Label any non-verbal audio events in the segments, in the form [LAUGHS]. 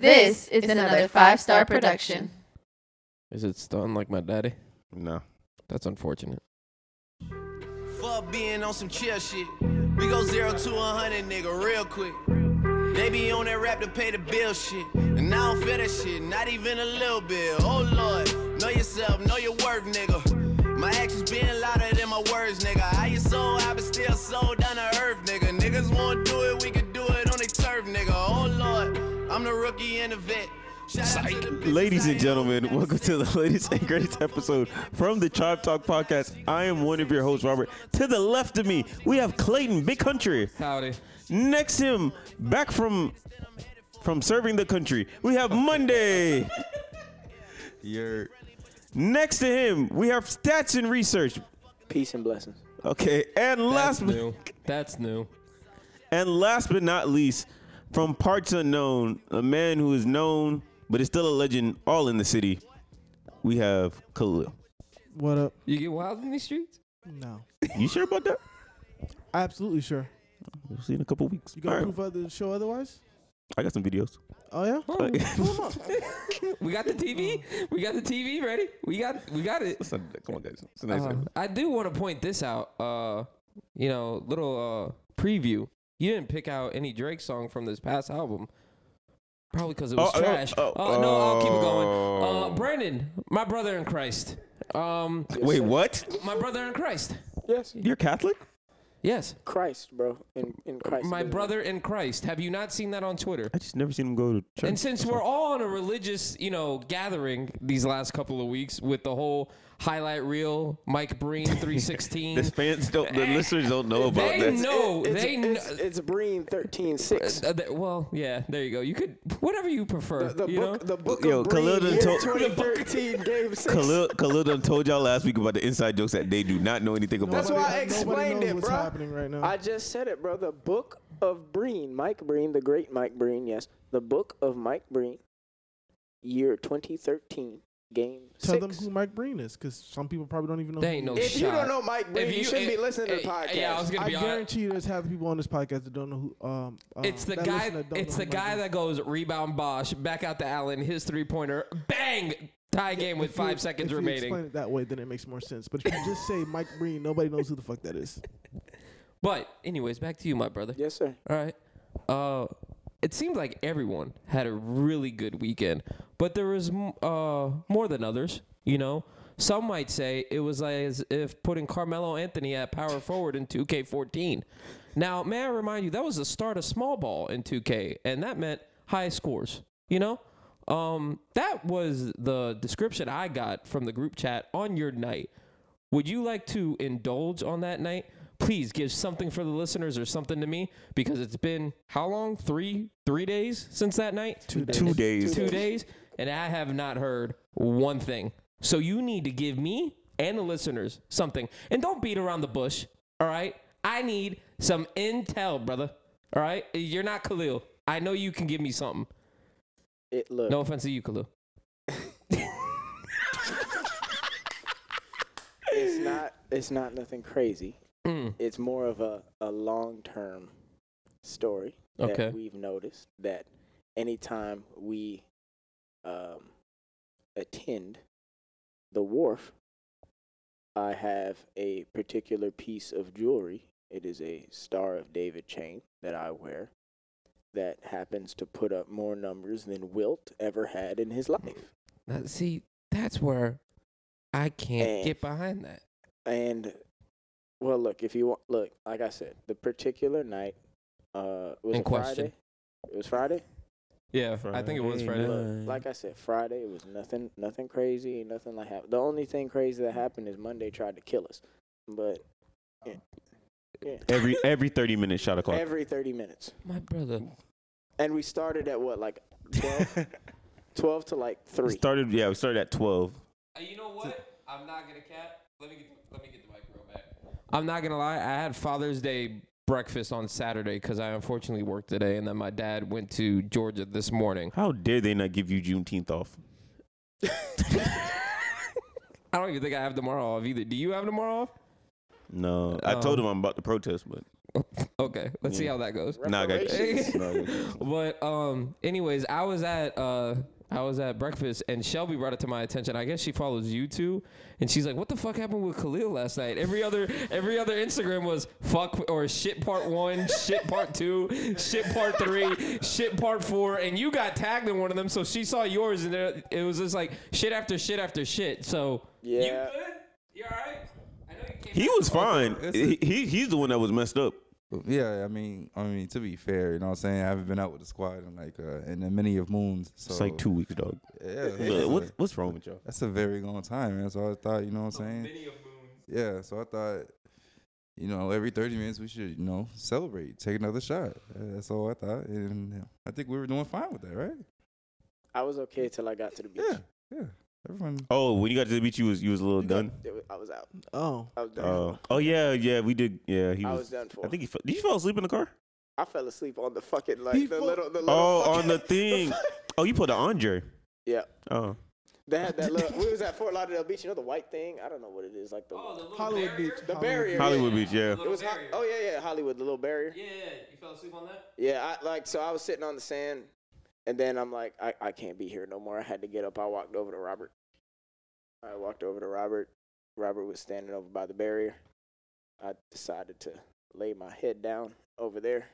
This is another five star production. Is it stunned like my daddy? No. That's unfortunate. Fuck being on some chill shit. We go zero to a hundred, nigga, real quick. They be on that rap to pay the bill shit. And I don't feel that shit, not even a little bit. Oh lord, know yourself, know your worth, nigga. My actions being louder than my words, nigga. I you sold, I been still sold down to earth, nigga. Niggas won't do it, we can do it on their turf, nigga. Oh lord, I'm the rookie and the vet. Shout out to the bitches Ladies I and ain't gentlemen, on. welcome to the [LAUGHS] latest and greatest episode from the Tribe Talk Podcast. I am one of your hosts, Robert. To the left of me, we have Clayton, big country. Howdy. Next to him, back from from serving the country, we have Monday. You're next to him, we have stats and research. Peace and blessings. Okay, and That's last but- new. That's new. And last but not least, from parts unknown, a man who is known but is still a legend all in the city, we have Khalil. What up? You get wild in these streets? No. You sure about that? Absolutely sure. We'll see in a couple weeks. You All gonna right, prove other show otherwise? I got some videos. Oh yeah? Oh, we got the TV. Mm. We got the TV ready. We got we got it. Listen, come on, guys. It's a nice Uh, I do want to point this out. Uh, you know, little uh preview. You didn't pick out any Drake song from this past album. Probably because it was Oh, oh, trash. oh, Uh, no, I'll keep it oh. going. Uh, Brandon, my brother in Christ. Um, Wait, what? my brother in Christ. Yes. You're Catholic? Yes, Christ, bro. In in Christ. my Amen. brother in Christ. Have you not seen that on Twitter? I just never seen him go to church. And since we're all on a religious, you know, gathering these last couple of weeks with the whole highlight reel, Mike Breen uh, 316. the fans don't, the listeners don't know about they this. know. It's, they know. it's, it's Breen thirteen six. Uh, th- well, yeah, there you go. You could whatever you prefer. The you book, know? the book Yo, of Khalil Breen, done year told- 2013, game six. [LAUGHS] Khalil, Khalil done told y'all last week about the inside jokes that they do not know anything about. That's Nobody- why I nobody explained knows it, what's bro. happening right now. I just said it, bro. The book of Breen, Mike Breen, the great Mike Breen. Yes, the book of Mike Breen, year 2013, game Tell six. them who Mike Breen is, because some people probably don't even know. They who ain't he no is. if you Oh, shot. don't know Mike Breen, If you, shouldn't eh, be listening to the eh, podcast. Yeah, I was gonna I be honest. guarantee you, there's half the people on this podcast that don't know who. Um, um, It's the that guy. listen that don't It's the know who Mike guy Breen that goes rebound Bosch back out to Allen. His three pointer, bang, tie is. game with If you- five seconds if you remaining. explain it that way, then it makes more sense. But if you just say Mike Breen, nobody knows who the fuck that is. But anyways, back to you, my brother. Yes, sir. All right. Uh, it seemed like everyone had a really good weekend, but there was m- uh, more than others. You know, some might say it was as if putting Carmelo Anthony at power forward in 2K14. Now, may I remind you, that was the start of small ball in 2K, and that meant high scores. You know, um, that was the description I got from the group chat on your night. Would you like to indulge on that night? Please give something for the listeners or something to me because it's been how long? Three three days since that night? Two Two days. Two days. And I have not heard one thing. So you need to give me and the listeners something. And don't beat around the bush. All right. I need some intel, brother. All right. You're not Khalil. I know you can give me something. It look. No offense to you, Khalil. It's not. It's not nothing crazy. Mm. it's more of a, a long term story Okay. that we've noticed that anytime we um, attend the wharf, I have a particular piece of jewelry. It is a Star of David chain that I wear that happens to put up more numbers than Wilt ever had in his life. Now, see, that's where I can't Eh. get behind that. And well, look if you want. Look, like I said, the particular night uh, In was it question. Friday. It was Friday. Yeah, I think it was Friday. Look, like I said, Friday it was nothing, nothing crazy, nothing like happened. The only thing crazy that happened is Monday tried to kill us, but [LAUGHS] Every every 30 minute shot o'clock. every thirty minutes, My brother. and we started at what like [LAUGHS] 12, 12 to like We three. started, yeah, we started at 12. you know what? I'm not gonna cap. Let me get let me get the mic real back. I'm not gonna lie. I had Father's Day breakfast on Saturday because I unfortunately worked today, and then my dad went to Georgia this [LAUGHS] morning. [LAUGHS] How dare they not give you Juneteenth off? I don't even think I have tomorrow off either. Do you have tomorrow off? No, I told Um, him I'm about to protest, but okay, let's see how that goes. Nah, I got Reparations. Nah, I got But um, anyways, I was at uh, I was at breakfast, and Shelby brought it to my attention. I guess she follows you too, and she's like, "What the fuck happened with Khalil last night?" Every other every other Instagram was fuck or shit part one, shit part two, shit part three, shit part four, and you got tagged in one of them, so she saw yours, and there, it was just like shit after shit after shit. So Yeah. you good? You all right? I know you came He was fine. It's He, a- he he's the one that was messed up. Yeah, I mean, I mean, to be fair, you know what I'm saying? I haven't been out with the squad in like uh, in a many of moons. So It's like two weeks, dog. Yeah, that's Look, a- What, what's wrong with y'all? that's a very long time, man. So I thought, you know what I'm saying? Yeah, so I thought, you know, every 30 minutes we should, you know, celebrate, take another shot. Uh, That's all I thought, and I think we were doing fine with that, right? I was okay till I got to the beach. Yeah, yeah. Everyone. Oh, when you got to the beach, you was you was a little done. It wa- I was out. Oh, I was done. Oh, oh yeah, yeah. We did. Yeah, he I was. was done for. I think he. fe- Did you fall asleep in the car? I fell asleep on the fucking like He the fall- little the little. Oh, fucking- on [LAUGHS] the thing. Oh, you put an Andre. yeah, Oh, they had that little. We was at Fort Lauderdale Beach. You know the white thing? I don't know what it is. Like the Oh, Hollywood Beach. the barrier. Hollywood Beach. Yeah. It was. Ho- oh yeah, yeah, Hollywood, the little barrier. Yeah, you fell asleep on that. Yeah, I like so I was sitting on the sand and then I'm like, I, I can't be here no more. I had to get up. I walked over to Robert. I walked over to Robert. Robert was standing over by the barrier. I decided to lay my head down over there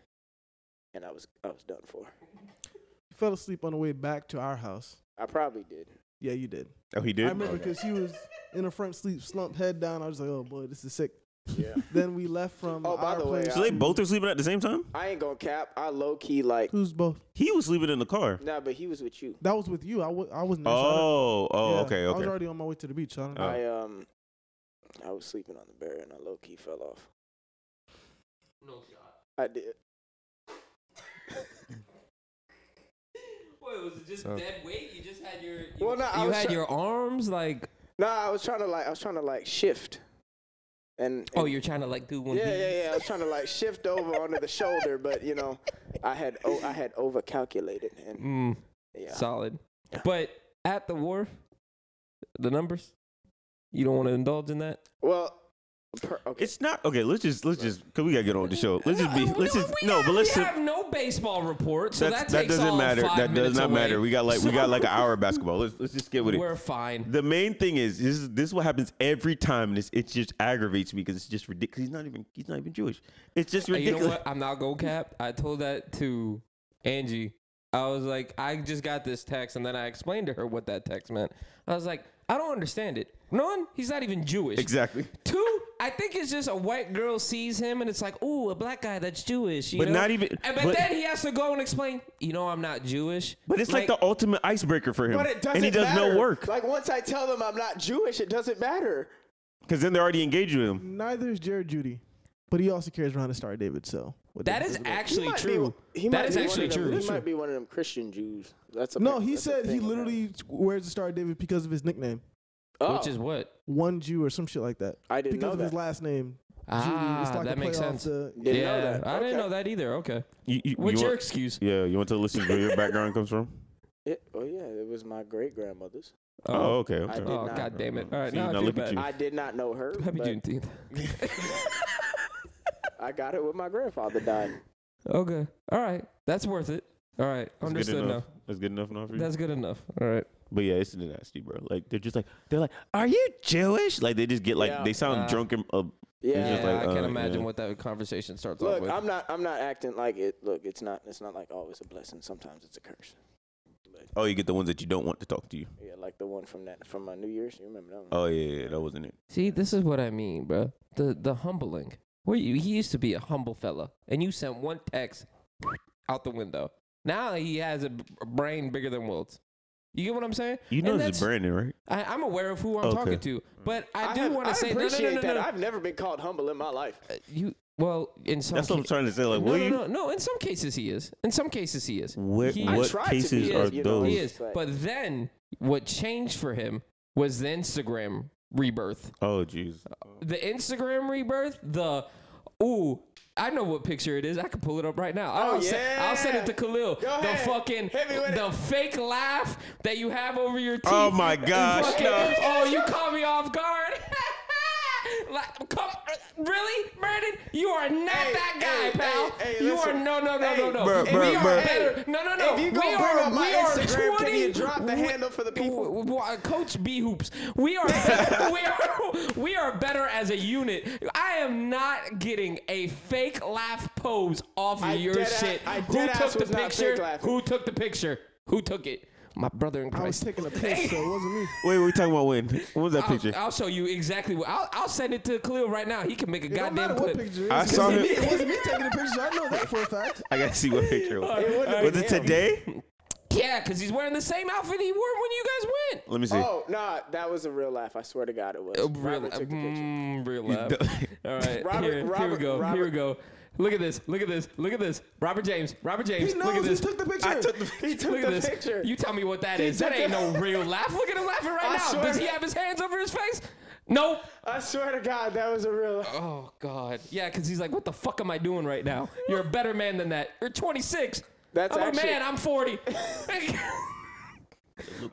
and I was I was done for. you fell asleep on the way back to our house. I probably did. Yeah, you did. Oh, he I did. remember because he was in a front sleep, slump, head down. I was like, oh boy, this is sick. Yeah. [LAUGHS] Then we left from. Oh, by our the way, place So they to- both are sleeping at the same time. I ain't gonna cap. I low key like Who's both? He was sleeping in the car. nah, but he was with you. That was with you. I w- I wasn't. there, Mm, so I don't- Oh, oh, yeah, okay, I was okay. already on my way to the beach. So I don't know. Oh. I um I was sleeping on the barrier and I low key fell off. No shot. I did. What was it? Just So- dead weight? You just had your. You, Well, no, I you was had try- your arms like. No, I was trying to like I was trying to like shift. And, Oh, and- you're trying to like do one. yeah, yeah, yeah. I was trying to like shift over onto the shoulder, but you know, I had o- I had over calculated and Mm, yeah. Solid. But at the wharf, the numbers. You don't want to indulge in that. Well, per, okay. It's not okay. Let's just let's just because we gotta get on with the Oh, show. Let's just be. Let's just we no, have, but let's. We have no baseball report, so that, That's, that takes doesn't all matter. five That does minutes not away. matter. We got like we got like [LAUGHS] an hour of basketball. Let's let's just get with it. We're fine. The main thing is this is this is what happens every time. and This it just aggravates me because it's just ridiculous. He's not even he's not even Jewish. It's just Hey, you know ridiculous. what? I'm not go cap. I told that to Angie. I was like, I just got this text, and then I explained to her what that text meant. I was like, I don't understand it. One, he's not even Jewish. [LAUGHS] Exactly. Two, I think it's just a white girl sees him and it's like, oh, a black guy that's Jewish. you But know? not even- And, but, but- then he has to go and explain. You know, I'm not Jewish. But it's like, the ultimate icebreaker for him. but it doesn't and he does matter. no work Like once I tell them I'm not Jewish, it doesn't matter. because then they're already engaged with him. Neither is Jared Judy, but he also carries around a star David. So what that is difference does it make? He actually might be- true. he might that is be one actually of them- true. He might be one of them Christian Jews. That's a No, he that's a said he thing. literally wears the star David because of his nickname, Oh, Which is what? one Jew or some shit like that. I didn't because know of his that. last name. Judy. Ah, It's like that a makes play off sense. the- Didn't yeah, know that. I didn't Okay. know that either. Okay. You, you, What's you your want, excuse? yeah, you want to listen to where your background comes from? It- oh yeah, it was my great grandmother's. Oh, okay. okay. I did Oh, not. god damn it. All right, See, now, now I feel look at bad. you. I did not know [LAUGHS] her. Happy but Juneteenth. I got it when my [LAUGHS] grandfather died. Okay. All right. That's worth it. All right. That's good Understood now. enough. That's good enough now for you. That's good enough. All right. but yeah, it's nasty, bro. Like they're just like they're like, are you Jewish? Like they just get like Yeah. they sound Uh, drunk and uh, Yeah. just Yeah, like, I can uh, imagine yeah. what that conversation starts off Look, with. I'm not. I'm not acting like it. Look, it's not. It's not like always a blessing. Sometimes it's a curse. oh, you get the ones that you don't want to talk to you. Yeah, like the one from that from uh, New Year's. You remember that one? Oh yeah, yeah, that wasn't it. See, this is what I mean, bro. The the humbling. Where you, he used to be a humble fella, and you sent one text out the window. Now he has a b- a brain bigger than Wilt's. You get what I'm saying? You know and this that's- is Brandon, right? I, I'm aware of who I'm Okay. talking to, but I, do have- want I to say no, no, no, appreciate no, that. no. I've never been called humble in [LAUGHS] my life. Uh, you well in some That's what I'm ca- trying to say. Like, no, will no, you? no, no. In some cases he is. In some cases he is. What, He- I what tried to be cases it, are you know, those? He is. Right. But then what changed for him was the Instagram rebirth. Oh, jeez. the Instagram rebirth, the ooh, I know what picture it is. I can pull it up right now. I'll, send, I'll send it to yeah. Khalil. the ahead. fucking Hit me with the fake laugh that you have over your teeth. Oh my gosh, Fucking, no. Oh, you caught me off guard. [LAUGHS] Like, come, really, Brandon? You are not Hey, that guy, hey, pal. hey, hey, you listen. are no, no, no, Hey, no, no. bruh, we bruh, are bruh. better. No, no, no. If you we gonna are, bring up my we are Instagram, 20, can you drop the we- handle for the people? w- w- Coach B hoops. [LAUGHS] We are, better, we are, we are better as a unit. I am not getting a fake laugh pose off of I your dead ass- shit. I Who dead took ass the was not fake picture? laughing. Who took the picture? Who took it? My brother in I Christ. was [LAUGHS] taking a piss, so it wasn't me. Wait, we talking about when? What was that I'll, picture? I'll show you exactly what. I'll, I'll send it to Khalil right now. He can make a It goddamn don't matter clip. what picture. It I is. saw him. It wasn't me taking the picture. I know that for a fact. I gotta see what picture it was. It wouldn't have Was been it him. today? Yeah, because he's wearing the same outfit he wore when you guys went. Let me see. Oh nah, that was a real laugh. I swear to God, it was. Oh, Robert took the picture. mm, real laugh. [LAUGHS] All right, Robert- here, here we Robert- go. Here we Robert- go. Look at this. Look at this. Look at this. Robert James. Robert James. He Look at knows he this. took the picture. I took the picture. He took Look the at this. picture. You tell me what that is. That took ain't no the- real laugh. Look at him laughing right I now. swear Does to- he have his hands over his face? Nope. I swear to God, that was a real. laugh. Oh God. Yeah, because he's like, what the fuck am I doing right now? You're a better man than that. You're 26. That's I'm actually- a man. I'm [LAUGHS] 40.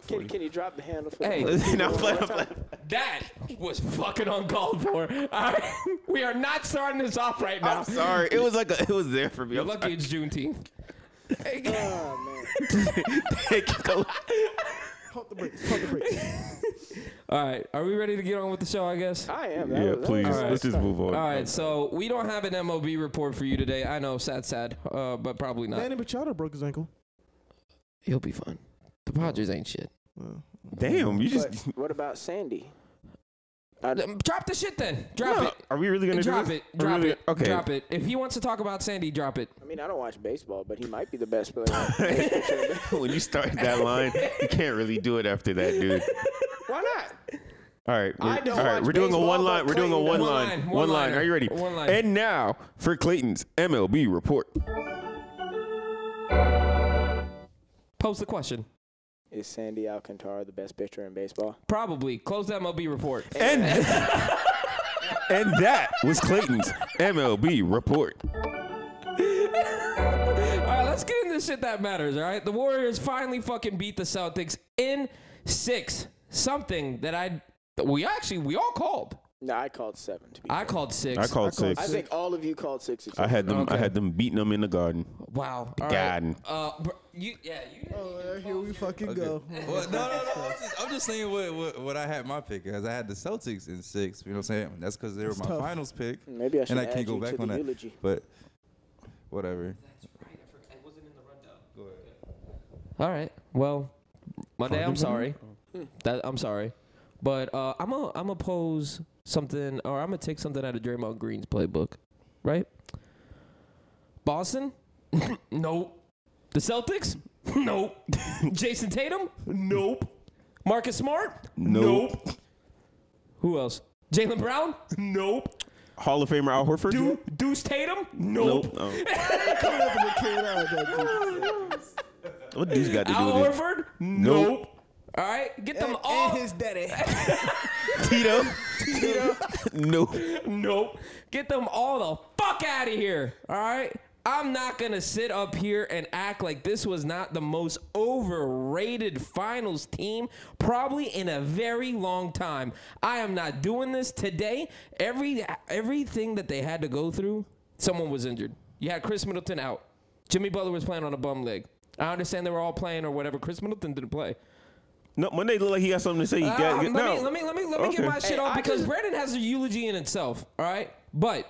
Can, can you drop the handle for Hey. [LAUGHS] the Now, play, play. that was fucking uncalled for. All right, we are not starting this off right now. I'm sorry. It was like a, it was there for me. You're I'm lucky it's Juneteenth. Oh, man. sorry. Pump the brakes. Pump the [LAUGHS] brakes. All right, are we ready to get on with the show? I guess. I am. That yeah, was- that please. was- right. Let's just move on. All right, so we don't have an MOB report for you today. I know, sad, sad, uh, but probably not. Manny Machado broke his ankle. He'll be fine. The Padres ain't shit. Well, Damn, you just. [LAUGHS] But what about Sandy? I, Um, Drop the shit then. Drop No, Are we really gonna it. Drop do it. this? Are we Drop really- it. Okay. Drop it. If he wants to talk about Sandy, drop it. I mean, I don't watch baseball, but he might be the best player. [LAUGHS] when you start that line, you can't really do it after that, [LAUGHS] dude. Why not? All right, we're, don't all right, watch we're doing a baseball, one but line. We're doing a Clayton- one One line. line, One line. one-liner. Are you ready? One line. And now for Clayton's MLB report. Pose the question. Is Sandy Alcantara the best pitcher in baseball? Probably. Close the MLB report. And [LAUGHS] and that was Clayton's MLB report. All right, let's get into shit that matters. All right, the Warriors finally fucking beat the Celtics in six. Something that I that we actually we all called. No, I called seven. To be I fair. called six. I called called I six. think all of you called six. Or I had them. I Okay. had them beating them in the garden. Wow. All right. Garden. Uh, br- you yeah you. uh, here we fucking go. Well, no, no, no. I'm just, I'm just saying what, what, what I had my pick as. I had the Celtics in six. You know what I'm saying? That's because they were my tough. finals pick. Maybe I should and I add can't go you to back the on that. eulogy. But whatever. All right. Well, Monday. I'm sorry. That I'm sorry, but uh, I'm a I'm a pose something or I'm gonna take something out of Draymond Green's playbook, right? Boston, [LAUGHS] nope. The Celtics, [LAUGHS] nope. Jason Tatum, nope. Marcus Smart, Nope. Who else? Jalen Brown, nope. Hall of Famer Al Horford. Du- Deuce Tatum, nope. Nope. [LAUGHS] Oh. Coming up with the kid out of that dude. What dude's got to Al do with it? Horford, nope. Nope. [LAUGHS] All right, get them And, all. and his daddy. Tito. Tito. [LAUGHS] nope. [LAUGHS] Nope. Get them all the fuck out of here. All right. I'm not going to sit up here and act like this was not the most overrated finals team probably in a very long time. I am not doing this today. Every everything that they had to go through, someone was injured. You had Chris Middleton out. Jimmy Butler was playing on a bum leg. I understand they were all playing or whatever. Chris Middleton didn't play. No, Monday looked like he got something to say. He Uh, got, let, no. me, let me let me let me get Okay. my shit off because Brandon has a eulogy in itself. All right, but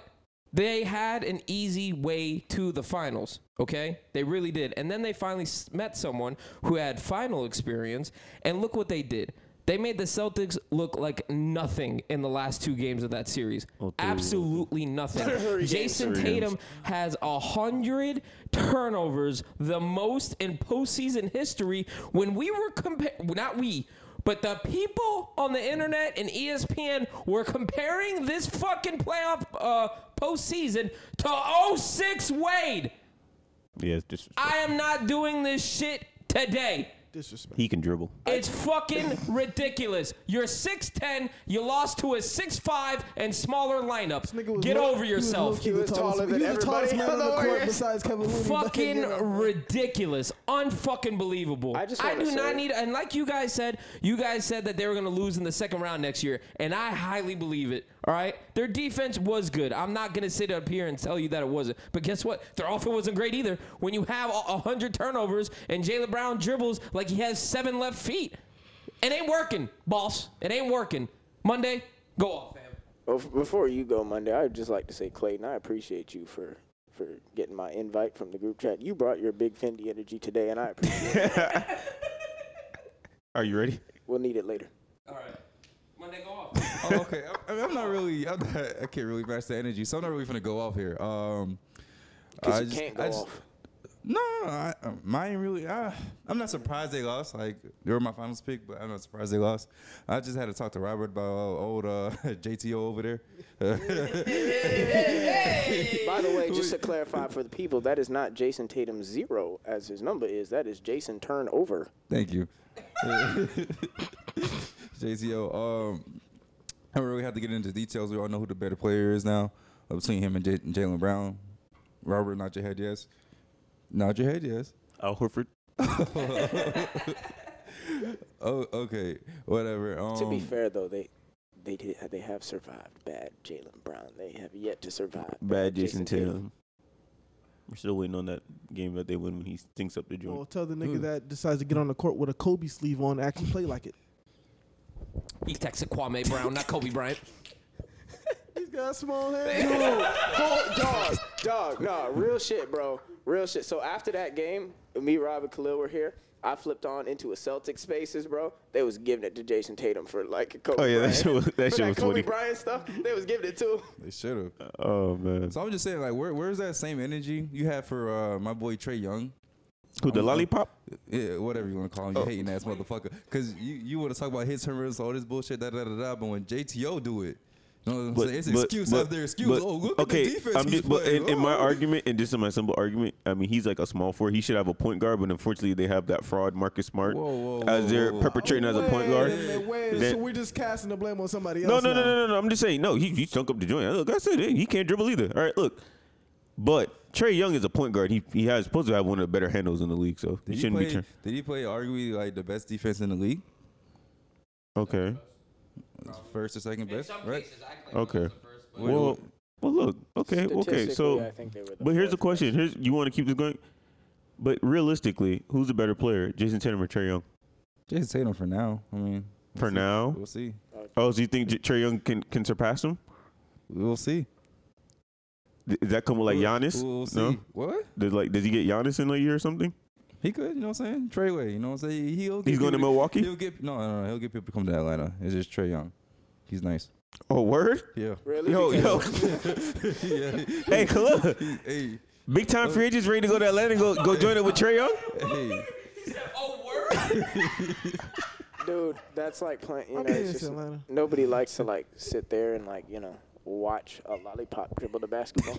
they had an easy way to the finals. Okay, they really did, and then they finally s- met someone who had final experience, and look what they did. They made the Celtics look like nothing in the last two games of that series. Absolutely [LAUGHS] nothing. Jason Tatum has a hundred turnovers, the most in postseason history. When we were comparing, not we, but the people on the internet and E ESPN were comparing this fucking playoff uh, postseason to 06 Wade. Yeah, it's just, I am not doing this shit today. Disrespect. he can dribble. It's [LAUGHS] fucking ridiculous. You're 6'10, you lost to a 6'5 and smaller lineup. Nigga was Get little- over he was yourself. low-key the was tallest- taller than he was the tallest everybody on man on the the court Warriors. besides Kevin Looney. fucking ridiculous, unfucking believable. I just I wanna do not say- need. And like you guys said, you guys said that they were going to lose in the second round next year, and I highly believe it. All right, their defense was good. I'm not gonna sit up here and tell you that it wasn't. But guess what? Their offense wasn't great either. When you have a a hundred turnovers and Jalen Brown dribbles like he has seven left feet, it ain't working, boss. It ain't working. Monday, go off, fam. Bef- Before you go, Monday, I'd just like to say, Clayton, I appreciate you for for getting my invite from the group chat. You brought your big Fendi energy today, and I appreciate it. Are you ready? We'll need it later. All right, Monday, go off. [LAUGHS] oh, okay. I, I mean, I'm not really. I'm not, I can't really match the energy, so I'm not really gonna go off here. Um, Because I you just- can't go I just- off. No, no, no, I, um, mine really. I, I'm not surprised they lost. Like they were my finals pick, but I'm not surprised they lost. I just had to talk to Robert about uh, old uh, [LAUGHS] JTO over there. By the [LAUGHS] way, just to clarify for the people, that is not Jason Tatum zero as his number is. That is Jason turnover. Thank you, [LAUGHS] JTO. Um, I don't really have to get into details. We all know who the better player is now uh, between him and J- Jalen Brown. Robert, not your head, yes. Nod your head, yes. Al Horford. Oh, okay, whatever. Um, to be fair, though, they they did, they have survived bad Jalen Brown. They have yet to survive Bad Jason Tatum. We're still waiting on that game that they win when he stinks up the [LAUGHS] Well, joint. tell the Hmm. nigga that decides to get on the court with a Kobe sleeve on, to actually play like it. He's texting Kwame Brown, not Kobe Bryant. He's got small hands. [LAUGHS] Dude, hold- dog, Oh, dog, nah, real shit, bro, real shit. So after that game, me, Rob, and Khalil were here. I flipped on into a Celtic Spaces, bro. They was giving it to Jason Tatum for like Kobe. Oh, yeah, that Bryant. shit was- that For shit was Kobe funny. Bryant stuff. They was giving it to. him. they should have. Oh man, So I'm just saying, like, where where's that same energy you had for uh, my boy Trey Young? who the lollipop? Yeah, whatever you want to Oh. call him, you hating ass motherfucker. Cause you, you want to talk about his turnovers, all this bullshit, da da da da. But when JTO do it, you know what I'm saying? It's excuse but- after excuse. but- oh, look okay, at the defense. I'm he's just, but playing. in, in my Oh. argument, and just in my simple argument, I mean, he's like a small four. He should have a point guard, but unfortunately, they have that fraud, Marcus Smart, Whoa, whoa, as whoa, they're whoa, whoa. perpetrating as a point Wait guard. minute, wait, Then- so we're just casting the blame on somebody No, else. no, no, now. no, no, no. I'm just saying, no, he, he stunk up the joint. Look, I said it. He can't dribble either. All right, look. But Trey Young is a point guard. He he has supposed to have one of the better handles in the league, so Did he he, shouldn't play, be. Tra- did he play arguably like the best defense in the league? okay. First or second best, right? Okay. Wait, Well, wait. well, look. Okay, okay. So Statistically, I think they were the But here's the fourth question. Here's you want to keep this going. But realistically, who's the better player, Jason Tatum or Trey Young? Jason Tatum for now. I mean, For now. we'll see. Oh, so you think J- Trey Young can, can surpass him? We'll see. Th- Does that come with like We'll- Giannis? We'll see. No. What? Does like does he get Giannis in a year or something? He could, you know what I'm saying? Trey Way, you know what I'm saying? He'll get He's going to people Milwaukee? He'll get no, no, no. He'll get people to come to Atlanta. It's just Trey Young. He's nice. Oh, [LAUGHS] word. Yeah. Really? Yo, Because- Oh, yo. yeah. hey, Khalil. Hey, Big time free agents ready to go to Atlanta and go, go join it with Trey Young? hey. Dude, that's like playing. You know, I'm it's here, just- Atlanta. [LAUGHS] nobody likes to like sit there and like you know watch a lollipop dribble the [LAUGHS] basketball.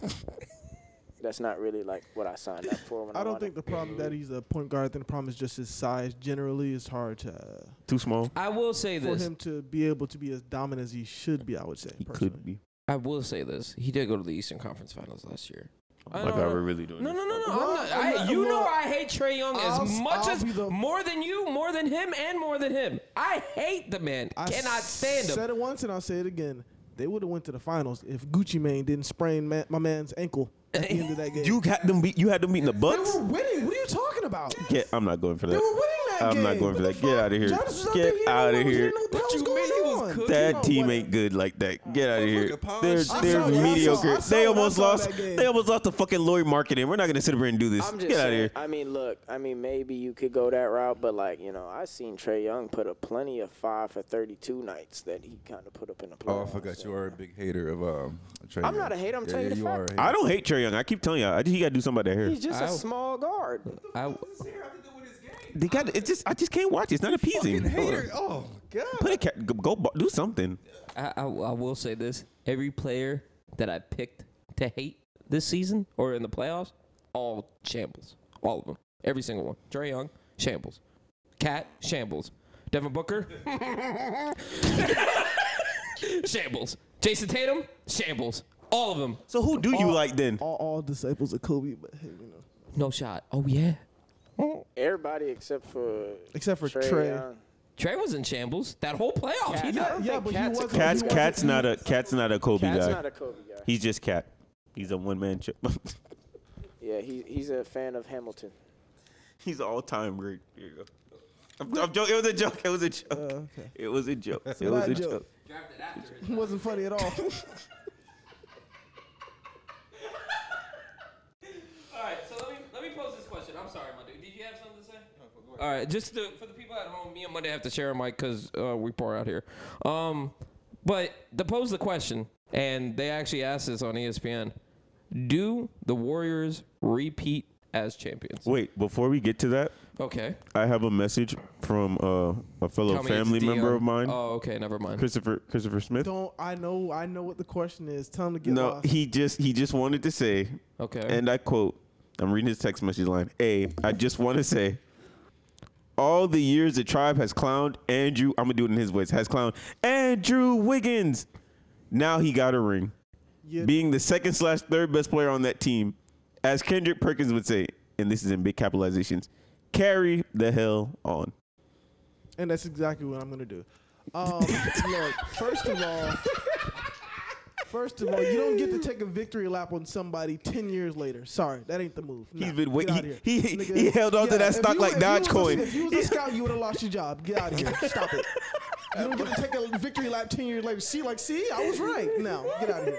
that's not really like what I signed up for. When I, I don't wanted- think the problem that he's a point guard. I think the problem is just his size. Generally, it's hard to, uh, Too small. I will say for this. him to be able to be as dominant as he should be. I would say. He personally. could be. I will say this. He did go to the Eastern Conference Finals last year. I My don't God, know. we're really doing No, this. no, no, no. Well, I'm not, I, I'm not- you know well, I hate Trey Young I'll as s- much I'll as be the- more than you, more than him, and more than him. I hate the man. I Cannot stand him. Said it once and I'll say it again. They would have went to the finals if Gucci Mane didn't sprain ma- my man's ankle at the end of that game. [LAUGHS] You had them beat. You had them beating the they Bucks. were winning. What are you talking about? Get, I'm not going for that. They were winning that I'm game. not going for What that. the Get fuck? out of Giannis was out here. there. He Get didn't know out what of was- he here. didn't know what the What hell you mean he was was going on. cooking? That team what- ain't good like that. Get out of Fucking here. Apollo They're shit. they're I saw- yeah, I mediocre. saw- I they saw- almost I saw lost. that game. They almost lost to fucking Lori Marketing. We're not gonna sit up here and do this. I'm just Get out of saying, here. I mean, look, I mean, maybe you could go that route, but like, you know, I seen Trey Young put up plenty of five for 32 nights that he kind of put up in the Oh, I playoffs. forgot so. you are a big hater of um. Trey I'm Young. not a hater, I'm telling you the are fact. a I hater. don't hate Trey Young. I keep telling you, I just, he gotta do something about that hair. He's just a I'll- small guard. I, They got it's just I just can't watch. it. It's not appeasing. Hold on. Hater. Oh my god. Put a cat, go, go bo- do something. I, I, I will say this. Every player that I picked to hate this season or in the playoffs, all shambles. All of them. Every single one. Trey Young, shambles. Cat, shambles. Devin Booker, shambles. Jason Tatum, shambles. All of them. So who do you like then? [LAUGHS] All, all disciples of Kobe, but hey, you know, No shot. Oh, yeah. Everybody except for except for Trey. Young. Trey was in shambles that whole playoff. Yeah, he yeah, got- don't yeah, think but Cat's a he wasn't. Cat's he wasn't- Cat's not a Cat's not a Kobe Cat's guy. not a Kobe guy. He's just Cat. He's a one man show. [LAUGHS] yeah, he he's a fan of Hamilton. He's an all time great. Here you go. I'm, I'm joking. It was a joke. It was a joke. Oh, okay. It was a joke. It a was a joke. joke. It wasn't funny at all. All right, so let me let me pose this question. I'm sorry, my dude. Did you have something to say? All right, just to, for the people at home, me and Monday have to share a mic because uh, we pour out here. Um, but to pose the question, and they actually asked this on E ESPN: Do the Warriors repeat as champions? Wait, before we get to that, Okay, I have a message from uh, a fellow Tell me it's family member DM. of mine, Oh, okay, never mind. Christopher Christopher Smith. Don't I know? I know what the question is. Tell him to get No, lost. he just he just wanted to say, Okay, and I quote, I'm reading his text message line. A, I just want to say, all the years the tribe has clowned Andrew. I'm gonna do it in his voice. Has clowned Andrew Wiggins. Now he got a ring, Yeah. being the second slash third best player on that team, as Kendrick Perkins would say, and this is in big capitalizations. Carry the hell on. and that's exactly what I'm gonna do. Um, [LAUGHS] look, first of all, first of all, you don't get to take a victory lap on somebody ten years later. Sorry, that ain't the move. Nah, He's been wait- get outta he- here. he- he- Nigga, he held on to that if stock you- like if you was a- Dogecoin. If you [LAUGHS] was a scout, you would have lost your job. Get out of here. Stop it. You don't get to take a victory lap ten years later. See, like, see, I was right. Now get out of here.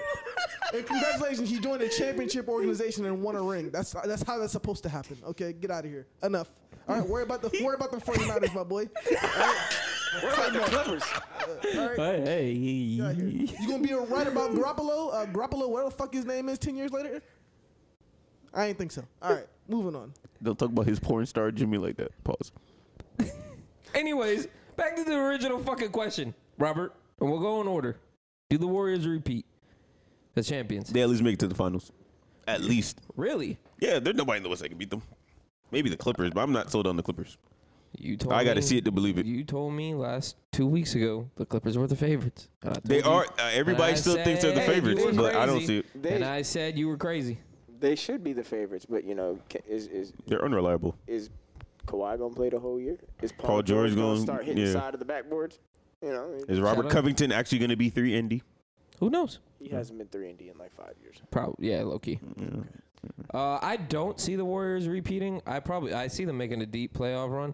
And congratulations, you joined a championship organization and won a ring. That's that's how that's supposed to happen. Okay, get out of here. Enough. All right, worry about the worry about the 49ers, my boy. Where are the Clippers? You gonna be right about Garoppolo? Uh, Garoppolo, whatever the fuck his name is, ten years later. I ain't think so. All right, moving on. Don't talk about his porn star Jimmy like that. Pause. Anyways, back to the original fucking question, Robert, and we'll go in order. Do the Warriors repeat as champions? They at least make it to the finals. At least. Really? Yeah, there's nobody in the West that can beat them. Maybe the Clippers, but I'm not sold on the Clippers. You told I got to me- see it to believe it. You told me last two weeks ago the Clippers were the favorites. And I told They you- are. Uh, everybody and I still thinks they're the said you favorites, were but I don't crazy. see it. They and I said you were crazy. they should be the favorites, but you know, ca- is is They're unreliable. is Kawhi gonna play the whole year? Is Paul, Paul George gonna, gonna- start hitting yeah. the side of the backboards? You know, Is Shout Robert out. Covington actually going to be three and D? Who knows? he hasn't been three and D in like five years. Probably. Yeah, low key. Hmm. Uh, I don't see the Warriors repeating. I probably I see them making a deep playoff run.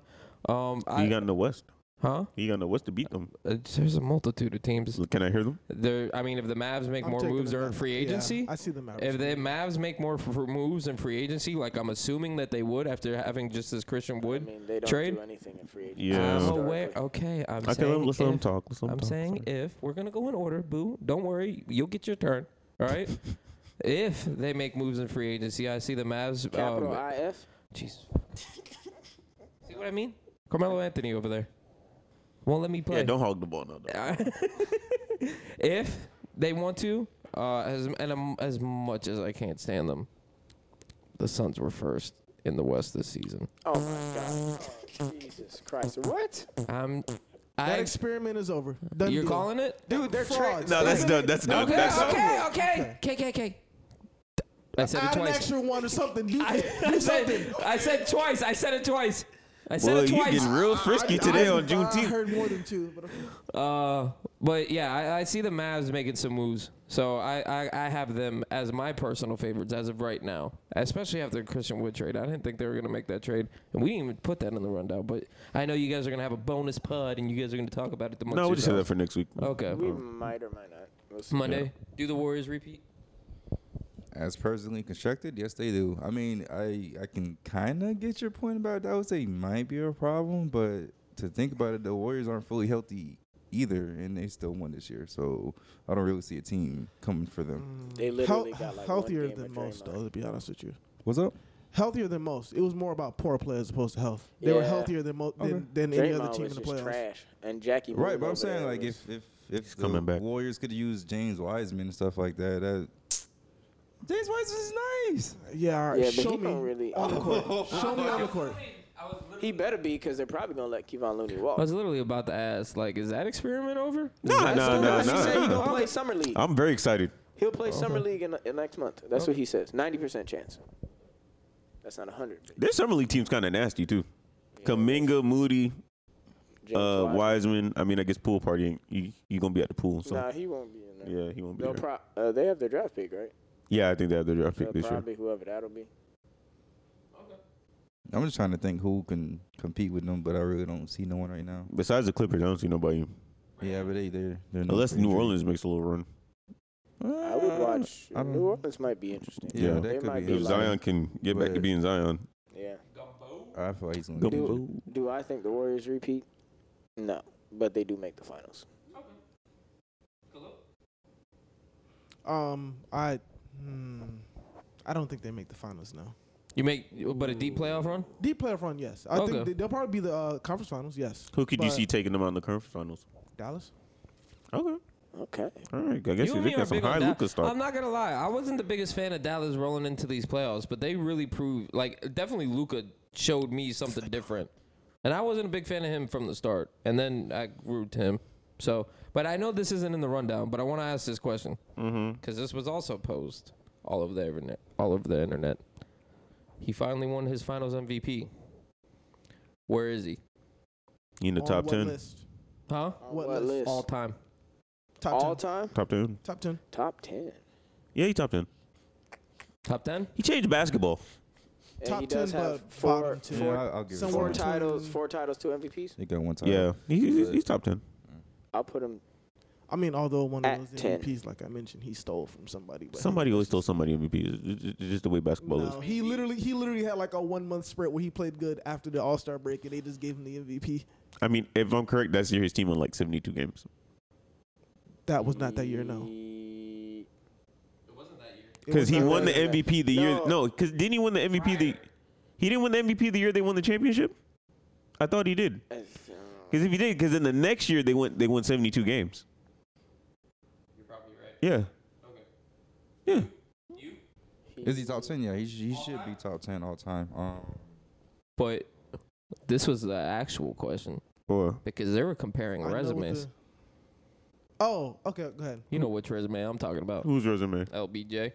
Um, I, He got in the West. huh? He got in the West to beat them. Uh, There's a multitude of teams. Can I hear them? There. I mean, if the Mavs make I'm more taking moves the during Mavericks. free Yeah, agency, I see the Mavericks. If the Mavs make more f- moves in free agency, like I'm assuming that they would after having just this Christian I Wood mean, they don't trade. do anything in free agency. Yeah. I'm historically. aware. Okay, I'm Okay, saying. let- let's let him if- talk. Let's let him I'm talk. saying if we're gonna go in order, boo. Don't worry, you'll get your turn. All [LAUGHS] right. if they make moves in free agency, I see the Mavs. Capital Um, IF. Jesus. see what I mean? Carmelo Anthony over there won't let me play. Yeah, don't hog the ball now. though. [LAUGHS] if they want to, uh, as and um, as much as I can't stand them, the Suns were first in the West this season. Oh my God. Oh, Jesus Christ. What? I'm. that I, experiment is over. Done you're deal. calling it? Dude, they're frauds. No, that's [LAUGHS] done. That's done. Okay, That's okay, okay, KKK. I said it Add an twice. extra one or something. Do, [LAUGHS] I do something. said, I said twice. I said it twice. I said Well, it you twice. getting real frisky today on I Juneteenth. heard more than two. But okay. Uh, but yeah, I, I see the Mavs making some moves, so I, I, I have them as my personal favorites as of right now, especially after the Christian Wood trade. I didn't think they were gonna make that trade, and we didn't even put that in the rundown. But I know you guys are gonna have a bonus pod, and you guys are gonna talk about it. No, we'll just say that for next week. okay. We might or might not. We'll see. Monday, do the Warriors repeat? As personally constructed, yes, they do. I mean, I I can kind of get your point about that. I would say might be a problem, but to think about it, the Warriors aren't fully healthy either, and they still won this year. So I don't really see a team coming for them. They Hel- literally got like healthier one game than of most, Draymond. though. To be honest with you, What's up? healthier than most. It was more about poor play as opposed to health. They were Yeah. healthier than mo- than, than any other Draymond team in was the just playoffs. trash. And Jackie. Moon Right, but over I'm saying there like was- if if if the coming back. Warriors could use James Wiseman and stuff like that, that James Wiseman is nice. Yeah, all right. Yeah, but show he me don't really- on the court. Show me on the court. he better be because they're probably gonna let Kevon Looney walk. I was literally about to ask, like, is that experiment over? Is No, that no, still no, he going on? no. said he's gonna play summer league. I'm very excited. He'll play summer league in, in next month. That's what he says. Ninety percent chance. That's not hundred. Their summer league team's kind of nasty too. Kaminga, Moody, James uh, Wiseman. I mean, I guess pool partying. You you gonna be at the pool? So Nah, he won't be in there. yeah, he won't be They'll there. pro- uh, they have their draft pick, right? yeah, I think they have their draft pick They'll this year. probably whoever that'll be. I'm just trying to think who can compete with them, but I really don't see no one right now. Besides the Clippers, I don't see nobody. Yeah, but they they're they're not Unless for New injury. Orleans makes a little run. I would Uh, watch. I don't- New Orleans might be interesting. Yeah, Yeah. that They could might be. be If like- Zion can get back to But- being Zion, Yeah. I feel like he's gonna. Gumbo. get it. Do, do I think the Warriors repeat? No, but they do make the finals. Um, I, hmm, I don't think they make the finals now. You make, but a deep playoff run. Deep playoff run, yes. I Okay. think they, they'll probably be the uh, conference finals. Yes. who could you But see taking them out in the conference finals? Dallas. Okay, Okay. all right. I guess You you're and me looking are at some big on high Dal- Luca stuff. I'm not gonna lie, I wasn't the biggest fan of Dallas rolling into these playoffs, but they really proved like definitely Luca showed me something different, and I wasn't a big fan of him from the start, and then I grew to him. So, but I know this isn't in the rundown, but I want to ask this question because Mm-hmm. this was also posed all over the internet. All over the internet, he finally won his Finals MVP. Where is he? You in the On top what ten? List? Huh? On What What, list? list? All time. Top All ten. time? Top ten? Top ten. Top 10. Yeah, he top ten. Top ten. He changed basketball. And top he ten, does have but four, bottom ten. Yeah, I'll, I'll give it. Somewhere four to him. between- titles, four titles, two MVPs. They got one time. Yeah, he, he's, he's top ten. I'll put him. I mean, although one of At those 10. MVPs, like I mentioned, he stole from somebody. But Somebody always stole somebody MVP. It's- It's just the way basketball [LAUGHS] No, is. he literally he literally had like a one month sprint where he played good after the All Star break, and they just gave him the MVP. I mean, if I'm correct, that's year his team won like 72 games. That was not that year, no. He- It Because was he not won the that- wasn't that- MVP the year. No. No, because didn't he win the MVP the? He didn't win the MVP the year they won the championship. I thought he did. uh, Because if he did, because then the next year they went they won 72 games. You're probably right. Yeah. Okay. Yeah. Is he top ten? Yeah, he, sh- he should be top ten all time. Um, But this was the actual question Or because they were comparing I know what resumes. the- Oh, okay, go ahead. You know which resume I'm talking about. whose resume? LBJ.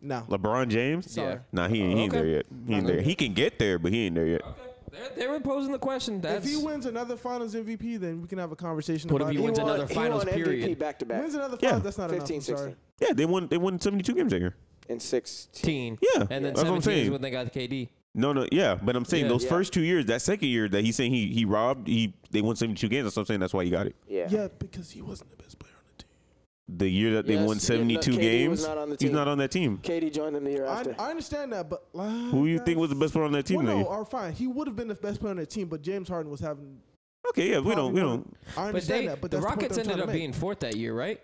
No. LeBron James. Sorry. Yeah. Nah, he, ain't- he ain't Okay. there yet. He ain't there. He can get there, but he ain't there yet. They're, they were posing the question. If That's he wins another Finals MVP, then we can have a conversation What if about he it. wins won- another finals he won MVP period. back to back. wins another Yeah. Finals? That's not 15, enough. I'm sorry. 16, Yeah, they won. They won 72 games that year. and 16. teen. Yeah, And then that's what I'm 17 is saying. when they got KD. No, no, yeah, but I'm saying Yeah. those Yeah. first two years, that second year that he's saying he he robbed, he they won 72 games. That's what I'm saying. That's why he got it. Yeah. Yeah, because he wasn't the best player on the team. The year that they Yes, won yeah, no, 72 KD was games, not on the he's team. not on that team. Katie joined them the year after. I, I understand that, but Who you think was the best player on that team? Well, that no, year? are fine. He would have been the best player on that team, but James Harden was having. okay, yeah, we don't, we probably one don't. of- I But understand they, that, but the that's point Rockets that I'm ended trying up to being make. fourth that year, right?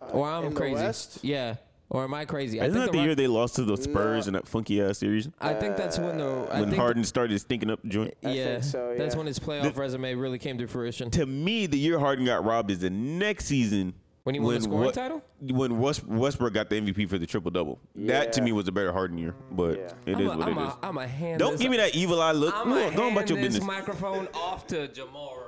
Uh, Or I'm in the crazy. West? Yeah. Or am I crazy? I Isn't think that the year Rock- they lost to the Spurs in that funky ass series I think that's when the I when think Harden started stinking up the joint? Yeah, think so, that's yeah. when his playoff resume really came to fruition. To me, the year Harden got robbed is the next season When he won the scoring title? When West, Westbrook got the MVP for the triple double, that to Yeah. me was a better Harden year. But Yeah. it I'm is a, what I'm it a, is. I'm a hand. Don't this, give me that evil eye look. I'm Go a go on about hand your this business. microphone off to Jamal.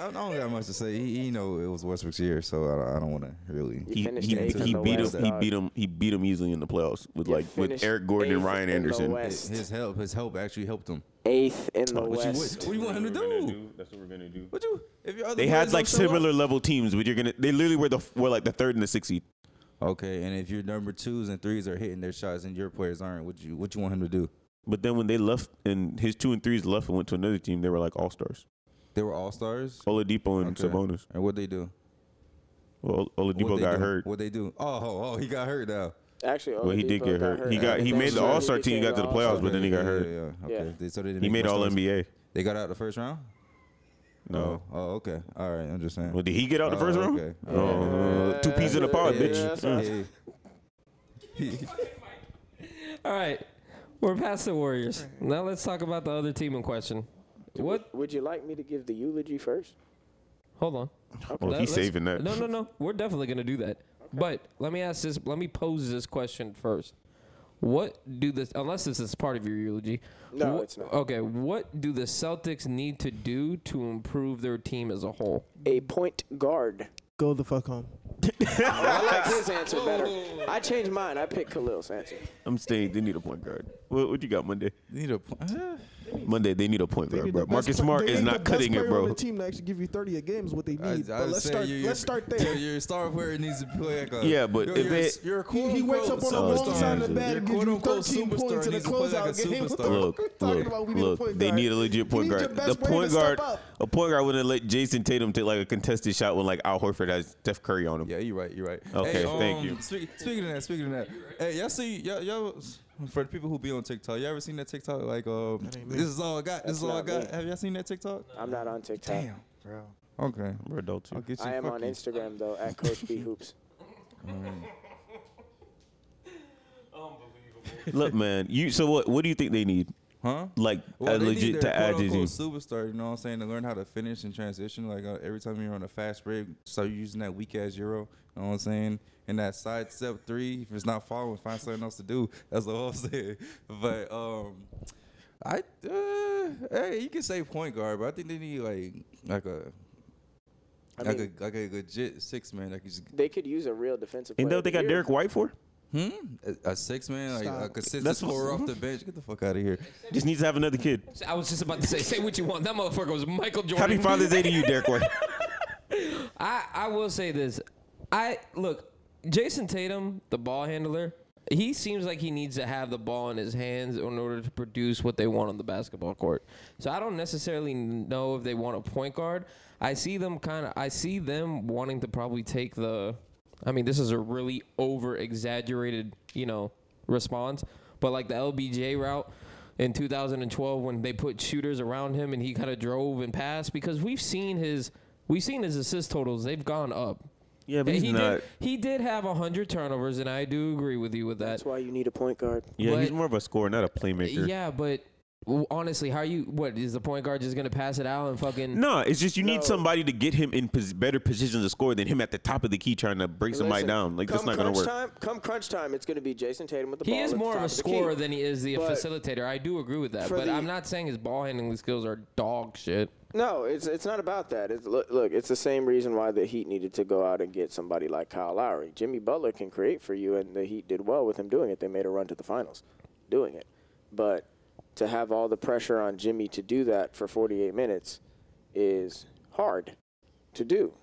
I don't got much to say. He, he know it was Westbrook's year, so I, I don't want to really. You he, finished he, eighth in he the beat West, him. He dog. beat him. He beat him easily in the playoffs with You like with finished Eric Gordon eighth and Ryan in the Anderson. West. His, his help, his help actually helped him. Eighth in the What you, what, West. what you want him to do? That's what we're gonna do. What you? If your other They players had don't like show up- similar level teams, but you're gonna. They literally were the were like the third and the sixth seed. Okay, and if your number twos and threes are hitting their shots and your players aren't, what you what you want him to do? But then when they left and his two and threes left and went to another team, they were like all stars. They were all stars. Oladipo and Okay. Sabonis. And what they do? Well, Ol- What Oladipo they got do? hurt. What they do? Oh, oh, oh, he got hurt now. Actually, Well, he did Oladipo get got hurt. He got he Yeah, made the so he All Star team. He got to the playoffs, All-Star. but then he Oh, Yeah, got hurt. Yeah, yeah. Okay. Yeah. They, so they didn't He make made much All noise. NBA. They got out the first round. No. Oh, oh, okay. All right. I'm just saying. Well, did he get out the Oh, first round? okay. Oh, Yeah. two peas in a pod, Yeah, bitch. that's Mm. right. Yeah. All right, we're past the Warriors. Now let's talk about the other team in question. What? Would you like me to give the eulogy first? Hold on. Well, Let- he's let's- saving that. No, no, no. We're definitely gonna do that. But let me ask this. Let me pose this question first. What do this? Unless this is part of your eulogy. No, wha- it's not. Okay. What do the Celtics need to do to improve their team as a whole? A point guard. [LAUGHS] Go the fuck home. I like his answer better. I changed mine. I picked Khalil's answer. I'm staying. They need a point guard. What, what you got Monday? Need a. pl- Monday they need a point They guard, need bro. the best Marcus pla- Smart they is need not the best cutting it, player On bro. the team to actually give you 30 a game is what they need. I- I would but let's say start. you- you- let's start [LAUGHS] Your, there. your star player needs to play like a Yeah, but your, if your, it- your He, he wakes up on the Oh, wrong it's side terrible. of the bad and Your gives you quote-unquote 13 points superstar in a needs to play like a closeout game. What the superstar. fuck Look, are we talking look, about? We need a look. point They guard. need a legit point You need guard. your best The player point to step guard, up. a point guard wouldn't let Jason Tatum take like a contested shot when like Al Horford has Steph Curry on him. Yeah, you're right. You're right. Okay, thank you. Speak, speaking of that, speaking of that, hey, y'all see, y'all, y'all, for the people who be on TikTok, y'all ever seen that TikTok? Like, um, this is all I got. This That's is all I not got. me. Have y'all seen that TikTok? I'm not on TikTok. Damn, bro. Okay, We're adults. I'll get you. I am Fuck on you. Instagram though at Coach B Hoops. Look, man. You so what? What do you think they need? Huh? Like Well, a they need legit their to add to quote-unquote you? superstar. You know what I'm saying? To learn how to finish and transition. Like uh, every time you're on a fast break, start using that weak ass euro. You know what I'm saying? And that side step three, if it's not following, find something else to do. [LAUGHS] That's all I'm saying. [LAUGHS] But um, I uh, hey, you can say point guard, but I think they need like like a. I like, mean- a, like a legit six man, like just, They could use a real defensive. Ain't that player what they of the got year. Derek White for? hmm? a, a six man, like a Stop. consistent That's what- scorer off the bench. Get the fuck out of here! Just needs to have another kid. I was just about to say, say what you want. That motherfucker was Michael Jordan. Happy Father's Day to you, [LAUGHS] Derek White. I, I will say this. I look, Jason Tatum, the ball handler, he seems like he needs to have the ball in his hands in order to produce what they want on the basketball court. So I don't necessarily know if they want a point guard. I see them kind of I see them wanting to probably take the I mean, this is a really over exaggerated, you know, response, but like the LBJ route in 2012 when they put shooters around him and he kind of drove and passed because we've seen his we've seen his assist totals they've gone up. Yeah, but And he's he not. Did, he did have 100 turnovers and I do agree with you with that. That's why you need a point guard. Yeah, he's but- more of a scorer, not a playmaker. Yeah, but w- honestly, how are you what is the point guard just going to pass it out and fucking No, it's just you need No. somebody to get him in pos- better position to score than him at the top of the key trying to break somebody Listen, down. Like that's come not gonna crunch work. Time, come crunch time, it's gonna be Jason Tatum with the ball. He is at the more of top a the key. scorer than he is the But facilitator. I do agree with that, for but the- I'm not saying his ball handling skills are dog shit. No, it's it's not about that. It's look, look, it's the same reason why the Heat needed to go out and get somebody like Kyle Lowry. Jimmy Butler can create for you, and the Heat did well with him doing it. They made a run to the finals, doing it. But to have all the pressure on Jimmy to do that for 48 minutes is hard to do.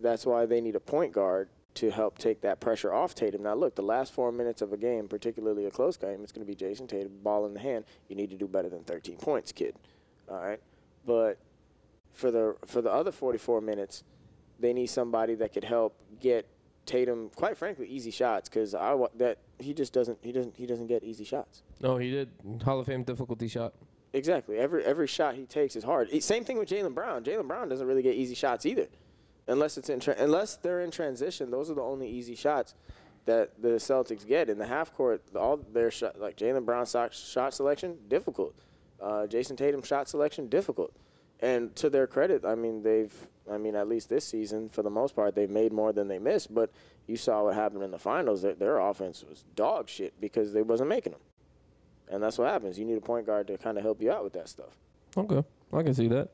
That's why they need a point guard to help take that pressure off Tatum. Now, look, the last four minutes of a game, particularly a close game, it's going to be Jason Tatum, ball in the hand. You need to do better than 13 points, kid. All right, but for the for the other 44 minutes, they need somebody that could help get Tatum, quite frankly, easy shots because I wa- that he just doesn't he doesn't he doesn't get easy shots. No, Oh, he did Hall of Fame difficulty shot. Exactly. Every every shot he takes is hard. E- Same thing with Jalen Brown. Jalen Brown doesn't really get easy shots either, unless it's in tra- unless they're in transition. Those are the only easy shots that the Celtics get in the half court. All their shot, like Jalen Brown's shot, shot selection, difficult. Uh, Jason Tatum shot selection, difficult. And to their credit, I mean they've, I mean at least this season for the most part they've made more than they missed. But you saw what happened in the finals. Their, their offense was dog shit because they wasn't making them. And that's what happens. You need a point guard to kind of help you out with that stuff. Okay, I can see that.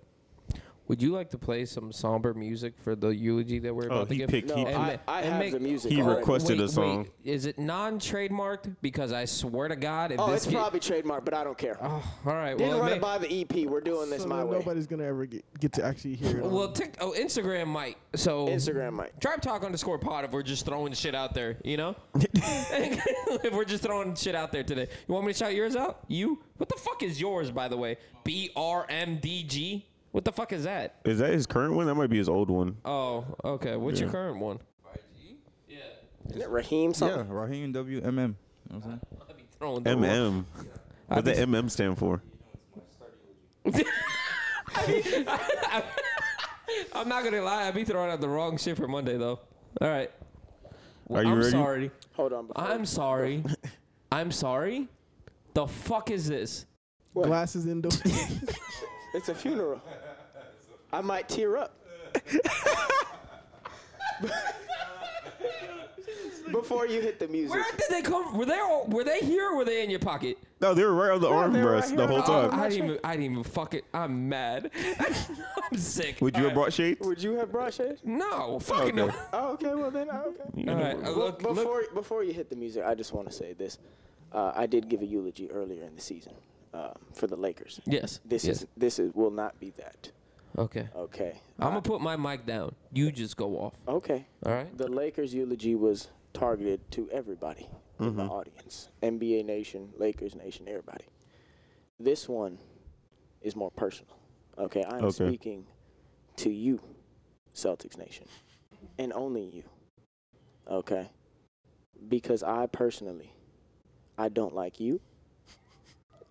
Would you like to play some somber music for the eulogy that we're Oh, about to he give? picked- No, he And I, ma- I and have make- the music. He already. request- requested a wait, song. Wait, is it non-trademarked? Because I swear to God, if Oh, this it's get- probably trademark, but I don't care. Oh, all right. Didn't well, it run may- it by the EP. We're doing this So my that way. Nobody's gonna ever get, get to actually hear it. on well, tick, oh, Instagram might. So Instagram might. Tribe Talk underscore pod if we're just throwing shit out there, you [LAUGHS] know? if we're just throwing shit out there today. You want me to shout yours out? You? What the fuck is yours, by the way? B R M D G? What the fuck is that? Is that his current one? That might be his old one. Oh, okay. What's your current one? Isn't it Raheem something? Yeah, Raheem W M M. You know what I'm saying? I'll be throwing the one. MM. What the MM stand for? I'm not gonna lie, I'd be throwing out the wrong shit for Monday though. All right. Are you I'm ready? sorry. Hold on. Before, I'm sorry. I'm sorry. The fuck is this? Glasses indoors. [LAUGHS] It's a funeral. I might tear up. [LAUGHS] before you hit the music. Where did they come? Were they all, were they here? or Were they in your pocket? No, they were right on the arm they were rest right the here whole on the arm. time. I didn't even. I didn't even. Fuck it. I'm mad. [LAUGHS] I'm sick. Would you have brought shades? Would you have brought shades? No. Fucking Okay. no. Oh, okay. Well then, oh, okay. All right. uh, Well, look, look. before before you hit the music, I just want to say this. Uh, I did give a eulogy earlier in the season. um, for the Lakers. Yes. This yes. is this is will not be that. okay. Okay. I'm gonna put my mic down. You just go off. Okay. All right. The Lakers eulogy was targeted to everybody in the Mm-hmm. audience, NBA Nation, Lakers Nation, everybody. This one is more personal. Okay, I'm Okay. speaking to you, Celtics Nation, and only you. Okay, because I personally, I don't like you.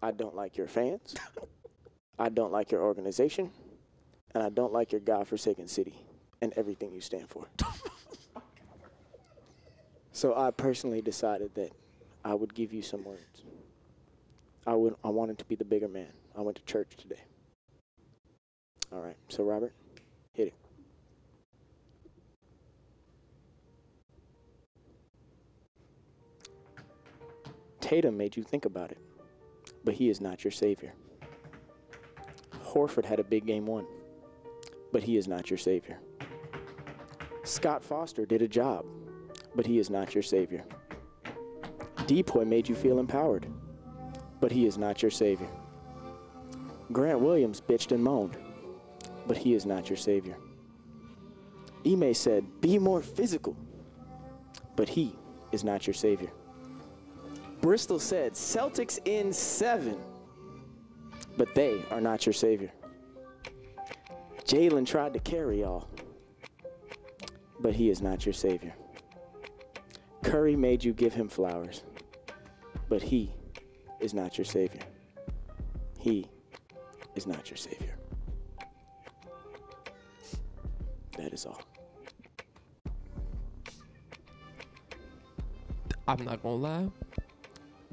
I don't like [LAUGHS] your fans. I don't like your organization, and I don't like your godforsaken city and everything you stand for. So I personally decided that I would give you some words. I would I wanted to be the bigger man. I went to church today. All right. So Robert, hit it. Tatum made you think about it, but he is not your savior. Horford had a big game one, but he is not your savior. Scott Foster did a job, but he is not your savior. Depoy made you feel empowered, but he is not your savior. Grant Williams bitched and moaned, but he is not your savior. Ime said, "Be more physical," but he is not your savior. Bristol said, "Celtics in seven," but they are not your savior. Jalen tried to carry all, but he is not your savior. Curry made you give him flowers, but he is not your savior. He is not your savior. That is all. I'm not gonna lie.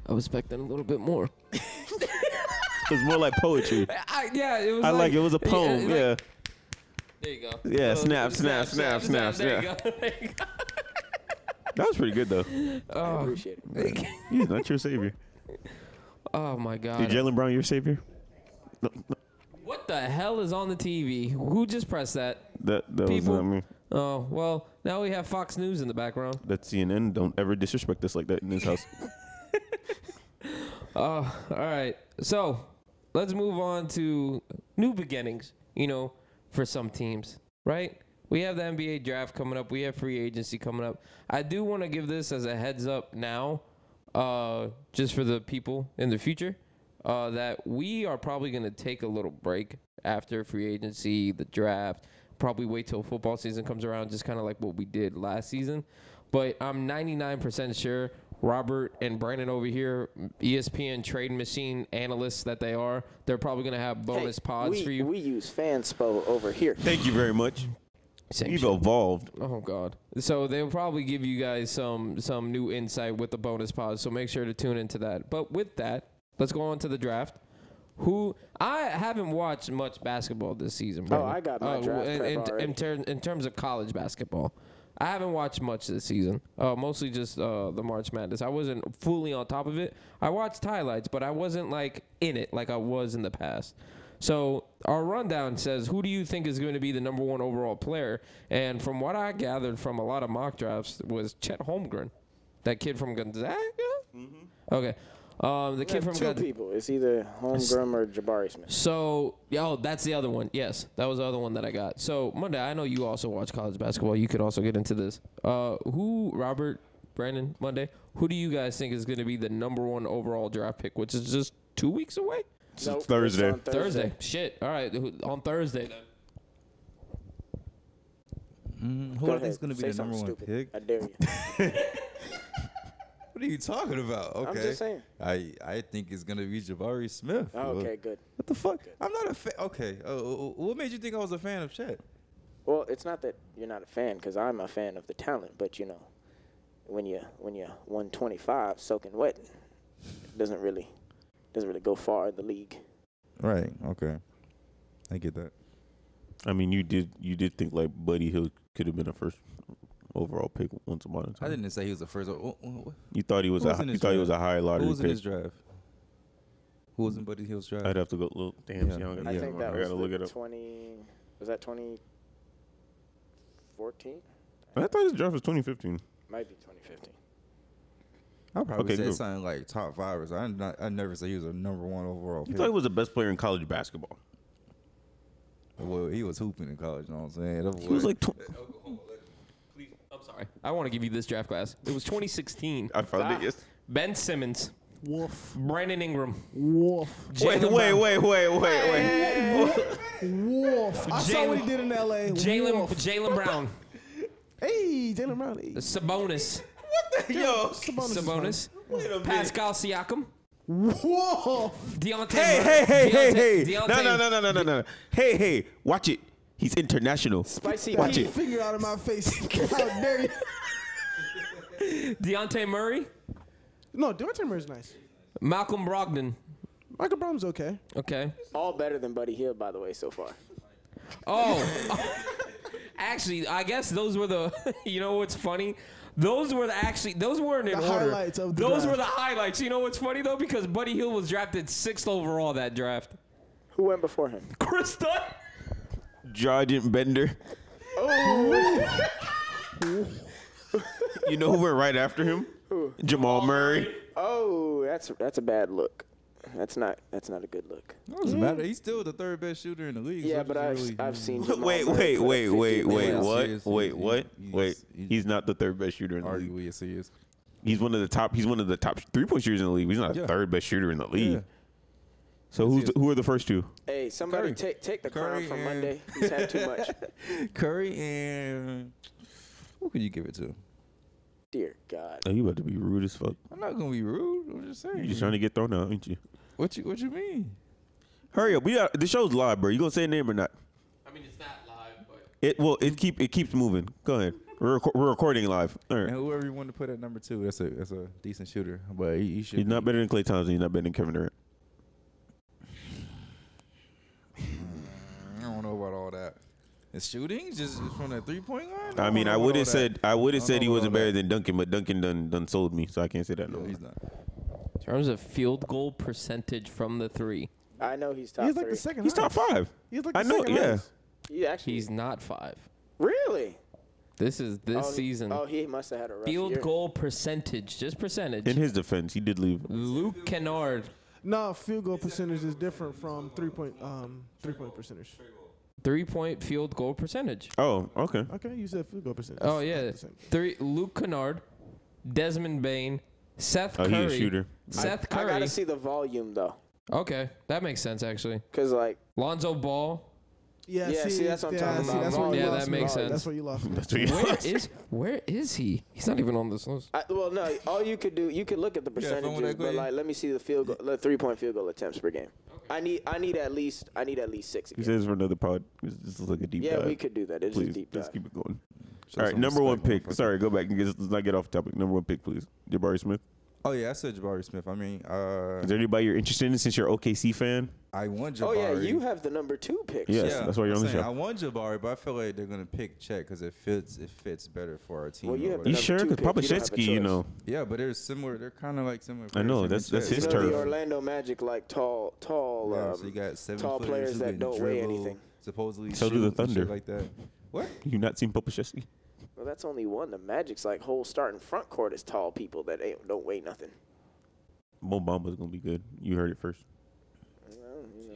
I was expecting a little bit more. It's more like poetry. I, yeah, it was. I like it. It was a yeah, poem. like- Yeah. There you go. Yeah, Little- snap, snap, snap, There you go. [LAUGHS] That was pretty good though. I Oh. appreciate it. He's not your savior. Oh my God. Is Jalen Brown your savior? No, no, what the hell is on the TV? Who just pressed that? that that People- was not me. Oh well, now we have Fox News in the background. That CNN don't ever disrespect us like that in this house. Oh, all right. So let's move on to new beginnings. You know, for some teams, right? We have the NBA draft coming up. We have free agency coming up. I do want to give this as a heads up now, uh, just for the people in the future, uh, that we are probably going to take a little break after free agency, the draft. Probably wait till football season comes around, just kind of like what we did last season. But I'm 99% sure Robert and Brandon over here, E ESPN trade machine analysts that they are, they're probably going to have bonus Hey, pods we, for you. We use fanspo over here. Thank you very much. Same You've shit. evolved. Oh God! So they'll probably give you guys some some new insight with the bonus pod. So make sure to tune into that. But with that, let's go on to the draft. Who I haven't watched much basketball this season. Bro. Oh, Uh, I got my draft in, prep in, in, already. ter- in terms of college basketball, I haven't watched much this season. Uh, mostly just uh, the March Madness. I wasn't fully on top of it. I watched highlights, but I wasn't like in it like I was in the past. So our rundown says, who do you think is going to be the number one overall player? And from what I gathered from a lot of mock drafts, was Chet Holmgren, that kid from Gonzaga. Okay, um, the kid from Two Gonzaga. people. It's either Holmgren or Jabari Smith. So, oh, that's the other one. Yes, that was the other one that I got. So, Monday, I know you also watch college basketball. You could also get into this. Uh, who, Robert, Brandon, Monday, who do you guys think is going to be the number one overall draft pick, which is just two weeks away? Nope, it's Thursday. on Thursday. Shit. All right. who- On Thursday, then. Mm, who Go I think is ahead. going to be Say the number something one stupid. pick? I dare you. [LAUGHS] What are you talking about? Okay. I'm just saying. I, I think it's gonna be Jabari Smith. Oh, okay, good. What the fuck? I'm not a fan. Okay. Uh, wh- what made you think I was a fan of Chet? Well, it's not that you're not a fan, because I'm a fan of the talent, but you know, when you when you're 125 soaking wet, it doesn't really doesn't really go far in the league. Right. Okay. I get that. I mean, you did you did think like Buddy Hill could have been a first overall pick once upon a I time. didn't say he was the first. oh, o- wh- wh- You thought he was Who a was in you his thought he was a draft? high Who lottery was in pick. his draft? Who was in Buddy Hill's draft? I'd have to go look. Yeah. Damn, see, I, don't I got- think I that gotta was look the it up. 20. Was that 2014? I thought his draft was 2015. Might be 2015. I'll probably Okay, say cool. something like top five or something. I'm not, I never say he was a number one overall You pick. thought he was the best player in college basketball. well, he was hooping in college, you know what I'm saying? That He was like, tw- I'm sorry. I want to give you this draft class. It was 2016. I found it. Ah. Yes. Ben Simmons, [LAUGHS] Wolf. Brandon Ingram, Wolf. [LAUGHS] Wait, Jaylen wait, Brown, wait, wait, wait, wait. Wolf. I saw what Jalen- he did in L.A. Jalen Wolf. Jalen Brown, Hey, Jalen Brown. Hey. Sabonis, Yo, Sabonis. is Sabonis, Pascal Siakam, fine. Wolf. Deontay. Hey, Murray- hey, hey, hey, Deontay- hey. No, Deontay- no, no, no, no, no, no. Hey, hey, watch it. He's international. Spicy Watch P. it. Finger out of my face. [LAUGHS] How dare you? Deontay Murray, No, Deontay Murray's nice. Malcolm Brogdon. Michael Brown's okay. Okay. All better than Buddy Hill, by the way, so far. Oh, [LAUGHS] actually, I guess those were the. [LAUGHS] You know what's funny? Those were the actually. Those weren't in The order. highlights of the those draft. were the highlights. You know what's funny though? Because Buddy Hill was drafted sixth overall that draft. [LAUGHS] Who went before him? Chris Dunn. Jordan Bender. Oh. you know who went right after him? Jamal Murray. Oh, that's that's a bad look. That's not that's not a good look. doesn't matter. He's still the third best shooter in the league. Mm. Yeah, so but just I've really- I've seen. [LAUGHS] Jamal Wait, Murray wait, put up wait, wait, 50 wait, Yeah, what? serious, Wait, serious. what? He's- Wait. he's- He's not the third best shooter in the league. Arguably, yes, he is. He's one of the top he's one of the top three point shooters in the league. He's not the Yeah. third best shooter in the Yeah. league. So who's the, who are the first two? Hey, somebody Curry. take take the crown Curry from and- Monday. He's had too much. Curry and who could you give it to? Dear God. Oh, you about to be rude as fuck. I'm not gonna be rude. I'm just saying. You're just trying to get thrown out, ain't you? what you What you mean? Hurry up. We got the show's live, bro. You gonna say a name or not? I mean, it's not live, but. It well it keep it keeps moving. Go ahead. We're, reco- we're recording live. All And right. whoever you want to put at number two, that's a that's a decent shooter. But he, he should. He's not be- better than Clay Thompson. He's not better than Kevin Durant. I don't know about all that. It's shooting just from that three point line. I don't mean, know I about would all have that. said I would have I don't said he know about wasn't all that. better than Duncan, but Duncan done done sold me, so I can't say that no. No, more. he's not. In terms of field goal percentage from the three, I know he's top He's like three. the second. He's top highest. five. He's like the I know. second Yeah. highest. He actually he's not five. really This is this oh, season. Oh, he must have had a rough field year. goal percentage, just percentage. In his defense, he did leave. Mm. Luke Kennard, No, field goal percentage is different from three point um three point percentage. three point field goal percentage. Oh, okay. Okay, you said field goal percentage. Oh It's not yeah, the same. three. Luke Kennard, Desmond Bain, Seth Oh, he's Curry. a shooter. [LAUGHS] Seth I Curry. gotta see the volume though, Okay, that makes sense actually. cause like Lonzo Ball. Yeah, Yeah, see, see, that's what I'm yeah, talking see, about. That's where you Yeah, lost that me. makes sense. That's where you lost me. That's what [LAUGHS] he Where lost. is where is he? He's not even on this list. I, well, no, all you could do, you could look at the Yeah, if I wanna percentages, but agree. like, let me see the field goal, the three point field goal attempts per game. I need, I need at least, I need at least [LAUGHS] six. He Again. says for another pod. This this is like a deep Yeah, dive. we could do that. It's a Please, deep let's dive. keep it going. Show All right, some number one respect, pick. motherfucker. Sorry, go back and get, let's not get off topic. Number one pick, please. Jabari Smith. Oh yeah, I said Jabari Smith. I mean, Is uh, there anybody you're interested in since you're OKC fan? I want Jabari. Oh yeah, you have the number two pick. Yeah. Yes, that's why you're I'm on the saying show. I want Jabari, but I feel like they're gonna pick Chet because it fits. It fits better for our team. Well, or you have whatever. You Number sure? Because two pick, you don't have a Papachevsky, you, choice. know. Yeah, but they're similar. They're kind of like similar. I know, players, that's- him and that's Chet. his You know, turf. the Orlando Magic like tall, tall, Yeah, um, so you got seven tall footers players who that can don't weigh dribble, anything. Supposedly, So do the shoot and shit Thunder. like that. What? You not seen Papachevsky? Well, that's only one. The Magic's like whole starting front court is tall people that ain't, don't weigh nothing. Mo Bamba's gonna be good. You heard it first.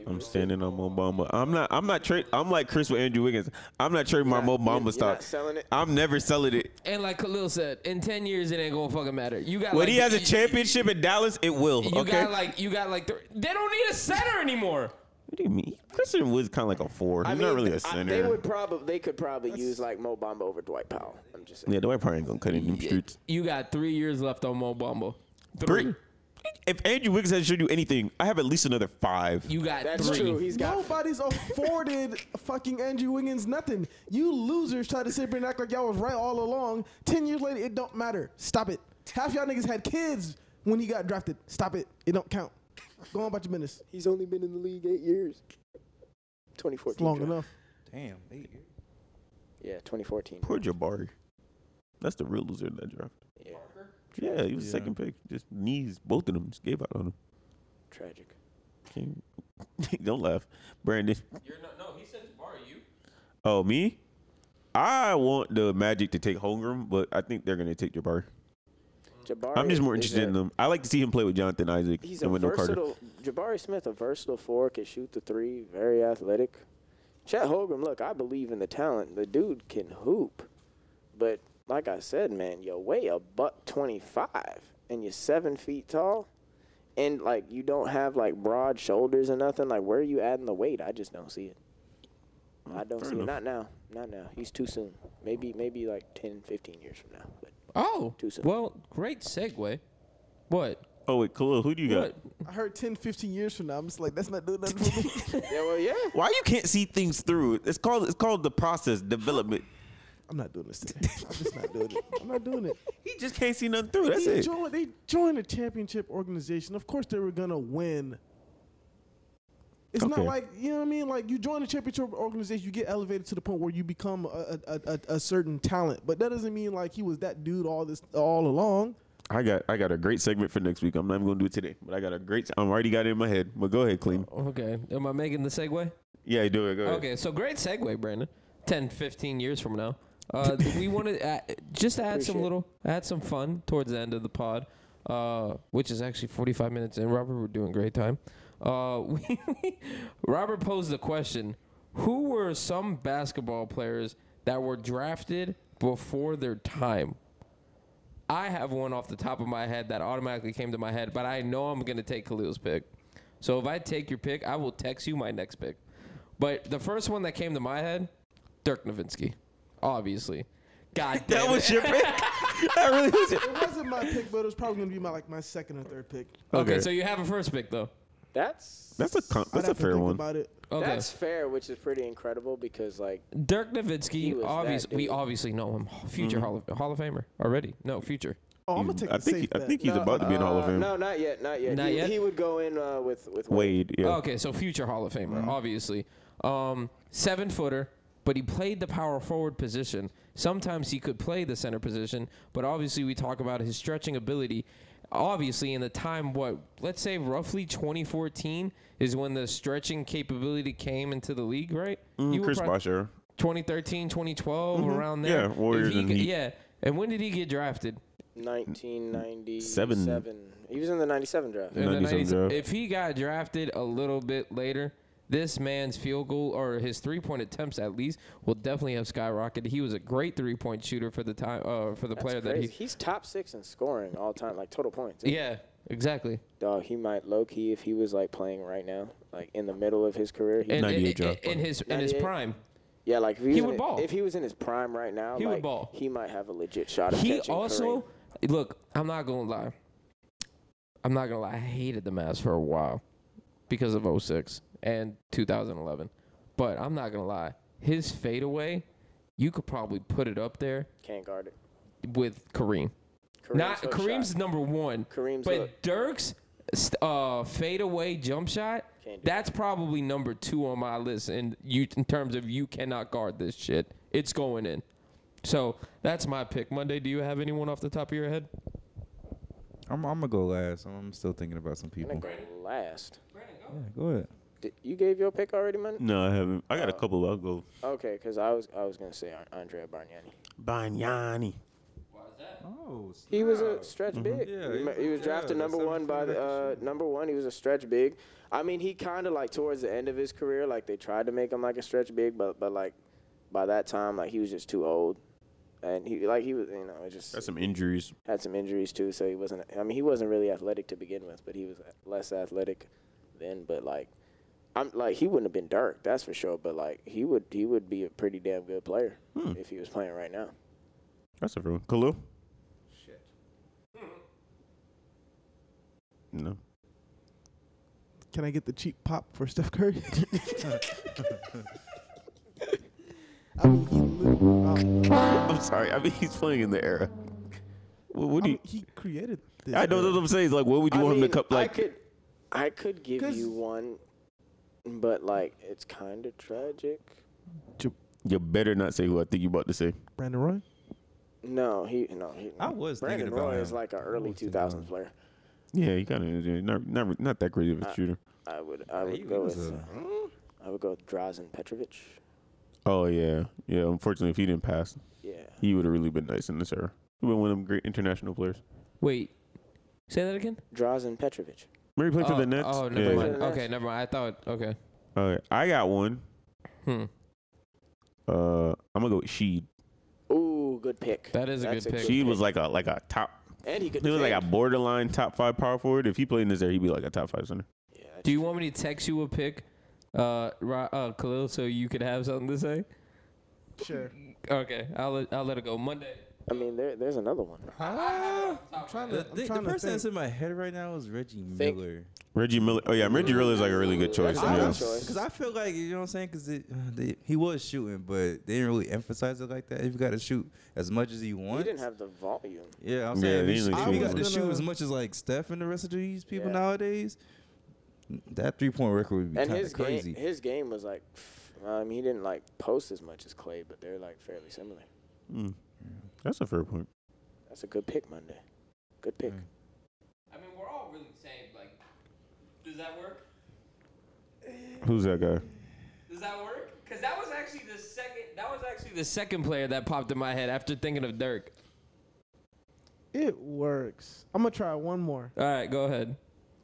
I'm standing on Mo Bamba. I'm not. I'm not. Tra- I'm like Chris with Andrew Wiggins. I'm not trading my Mo You're not- you're- Bamba you're stock. not selling it? I'm never selling it. And like Khalil said, in ten years it ain't gonna fucking matter. You got When like, he has a y- championship in Dallas, it will. You okay. got like you got like th- they don't need a center anymore. what do you mean? Christian Wood's kind of like a four. He's not really a I- they center. would probably, they could probably use like Mo Bamba over Dwight Powell. I'm just saying. yeah, Dwight probably ain't gonna cut it in them streets. You got three years left on Mo Bamba. Three. If Andrew Wiggins has shown you anything, I have at least another five. You got That's three. true. He's got [LAUGHS] Nobody's afforded fucking Andrew Wiggins nothing. You losers try to sit here and act like y'all was right all along. Ten years later, it don't matter. Stop it. Half y'all niggas had kids when he got drafted. Stop it. It don't count. Go on about your business. He's only been in the league eight years. 2014. [LAUGHS] It's long draft. enough. Damn. eight years. Yeah, 2014. Poor Jabari. That's the real loser in that draft. Yeah, Yeah, he was Yeah. second pick. Just knees, both of them. Just gave out on him. tragic. Can't- [LAUGHS] Don't laugh, Brandon. You're not, no, he said Jabari. You. Oh, me? I want the Magic to take Holmgren, but I think they're going to take Jabari. Jabari. I'm just more is interested a- in them. I like to see him play with Jonathan Isaac He's a and Wendell Carter. versatile. Jabari Smith, a versatile four, can shoot the three, very athletic. Chet Holgram, look, I believe in the talent. The dude can hoop, but like I said, man, you're way a buck twenty-five, and you're seven feet tall, and like you don't have like broad shoulders or nothing. Like, where are you adding the weight? I just don't see it. I don't Mm, fair see enough. it. Not now. Not now. He's too soon. Maybe maybe like 10, 15 years from now. But Oh, Too soon. well, great segue. What? Oh wait, Khalil, who do you got? What? I heard 10, 15 years from now. I'm just like, that's not doing nothing for me. [LAUGHS] yeah, well, yeah. Why you can't see things through? It's called it's called the process development. I'm not doing this today. I'm just not doing it. I'm not doing it. He just can't see nothing through. That's they it. joined they joined a championship organization. Of course they were gonna win. It's not Okay. like you know what I mean. Like you join a championship organization, you get elevated to the point where you become a, a, a, a certain talent. But that doesn't mean like he was that dude all this all along. I got I got a great segment for next week. I'm not even gonna do it today, but I got a great. I'm already got it in my head. But go ahead, Oh, clean. Okay. Am I making the segue? Yeah, do it. Go ahead. Okay, so great segue, Brandon. 10, 15 years from now. Uh, [LAUGHS] we want to add, just add some Appreciate it. little, add some fun towards the end of the pod, uh, which is actually 45 minutes in. Robert, we're doing great time. Uh, [LAUGHS] we, Robert posed the question Who were some basketball players that were drafted before their time? I have one off the top of my head that automatically came to my head, but I know I'm going to take Khalil's pick. So if I take your pick, I will text you my next pick. But the first one that came to my head, Dirk Nowitzki, obviously. [LAUGHS] God damn That it. was your [LAUGHS] pick. that really was it. It wasn't my pick, but it was probably gonna be my like my second or third pick. okay. Okay. so you have a first pick though. That's That's a con- that's I'd a have to fair think one. About it. Okay. that's fair, which is pretty incredible because like Dirk He Nowitzki, was that obviously we dude. Mm-hmm. obviously know him. Future Hall, of, Hall of Famer already. No, future. Oh, I'm gonna take. I the think safe he- I bet. think he's No, about to be in Hall of Uh, Fame. No, not yet, not yet. Not he, yet? he would go in uh, with with Wade. Yeah. Okay, so future Hall of Famer, Mm-hmm. obviously. Um, seven footer, but he played the power forward position. Sometimes he could play the center position, but obviously we talk about his stretching ability. Obviously, in the time, what, let's say roughly 2014 is when the stretching capability came into the league, right? You Mm, were Chris prob- Bosh era. 2013, 2012, around there. Yeah, Warriors If he and g- Heat. Yeah, and when did he get drafted? 1997. He was in the 97 draft. in the 90s 90s. draft. If he got drafted a little bit later, this man's field goal or his three point attempts at least will definitely have skyrocketed. He was a great three point shooter for the time uh, for the That's player crazy. He's top six in scoring all time, like total points. that he. Yeah, exactly. Dog, he might low key if he was like playing right now, like in the middle of his career. He, And, 98 and- draft. and his in his 98? prime, yeah, like if He he, was in would it- ball. If he was in his prime right now, He would like, ball. He might have a legit shot. Of he catching also Kareem. look. I'm not gonna lie. I'm not gonna lie. I hated the Mavs for a while because of 06 and 2011, but I'm not gonna lie. His fadeaway, you could probably put it up there can't guard it. with Kareem. Kareem's Not hook Kareem's shot. number one. Kareem's but hook. Dirk's st- uh, fadeaway jump shot. Can't do That's probably number two on my list, and you in terms of you cannot guard this shit. It's going in. So that's my pick. Monday, do you have anyone off the top of your head? I'm, I'm gonna go last. I'm, I'm still thinking about some I'm people. gonna go last. Yeah, go ahead. Did, you gave your pick already, man. No, I haven't. I Uh, got a couple. I'll go. Okay, because I was I was gonna say Ar- Andrea Bargnani. Banyani. Oh, He was a stretch big. Mm-hmm. Yeah, Remember, he he, was, was- yeah, drafted the number one by the uh, number one. He was a stretch big. I mean, he kind of like towards the end of his career, like they tried to make him like a stretch big, but but like by that time, like he was just too old, and he like he was you know it just Got some injuries. had some injuries too, so he wasn't. I mean, he wasn't really athletic to begin with, but he was less athletic then. But like, I'm like he wouldn't have been Dirk, that's for sure. But like he would he would be a pretty damn good player Hmm. if he was playing right now. That's a real one. Khalil. Shit. No. Can I get the cheap pop for Steph Curry? [LAUGHS] I mean, he, lit- um, I'm sorry. I mean, he's playing in the era. What, what I do you? mean, um, he created this. I know that's what I'm saying. Like, what would you I want him mean, to cut? I Like, could, I could give 'Cause- you one, but like it's kind of tragic. you better not say who I think you about to say. Brandon Roy. No, he no. He, I was thinking Brandon about Roy him. is like an I early was thinking 2000s about player. Yeah, he kind of not not not that great of a shooter. I would I would he go was with a- uh, I would go with Drazen Petrovic. Oh yeah, yeah. Unfortunately, if he didn't pass, Yeah. he would have really been nice in this era. He would one of them great international players. Wait, say that again. Drazen Petrovic. Remember he played oh, for the Nets? Oh, never Yeah. mind. Yeah. Okay, never mind. I thought. Okay. All right, I got one. Hmm. Uh, I'm gonna go with Sheed. Ooh, good pick. That is a That's good pick. Sheed was like a like a top. and he could. He was like a defend. borderline top five power forward. If he played in this area, he'd be like a top five center. Yeah, Do you want me to text you a pic, uh, Ra- uh Khalil, so you could have something to say? Sure. Okay, I'll let, I'll let it go Monday. I mean, there, there's another one. I'm trying The The, to. I'm thing- the trying to person think. that's in my head right now is Reggie Think. Miller. Reggie Miller. Oh yeah, Reggie Miller is like a really good choice. That's to a be good honest. choice. Because I feel like, you know what I'm saying? Because they, he was shooting, but they didn't really emphasize it like that. If you got to shoot as much as you He want. didn't have the volume. yeah, I'm Yeah, saying. they if you didn't sh- really if you got shoot to as much. shoot as much as like Steph and the rest of these people Yeah. nowadays. That three point record would be And kind his of crazy. game, his game was like, pff, I mean, he didn't like post as much as Clay, but they're like fairly similar. Mm. That's a fair point. That's a good pick, Monday. Good pick. I mean, we're all really the same. Like, does that work? Who's that guy? Does that work? Because that was actually the second. That was actually the second player that popped in my head after thinking of Dirk. It works. I'm gonna try one more. All right, go ahead.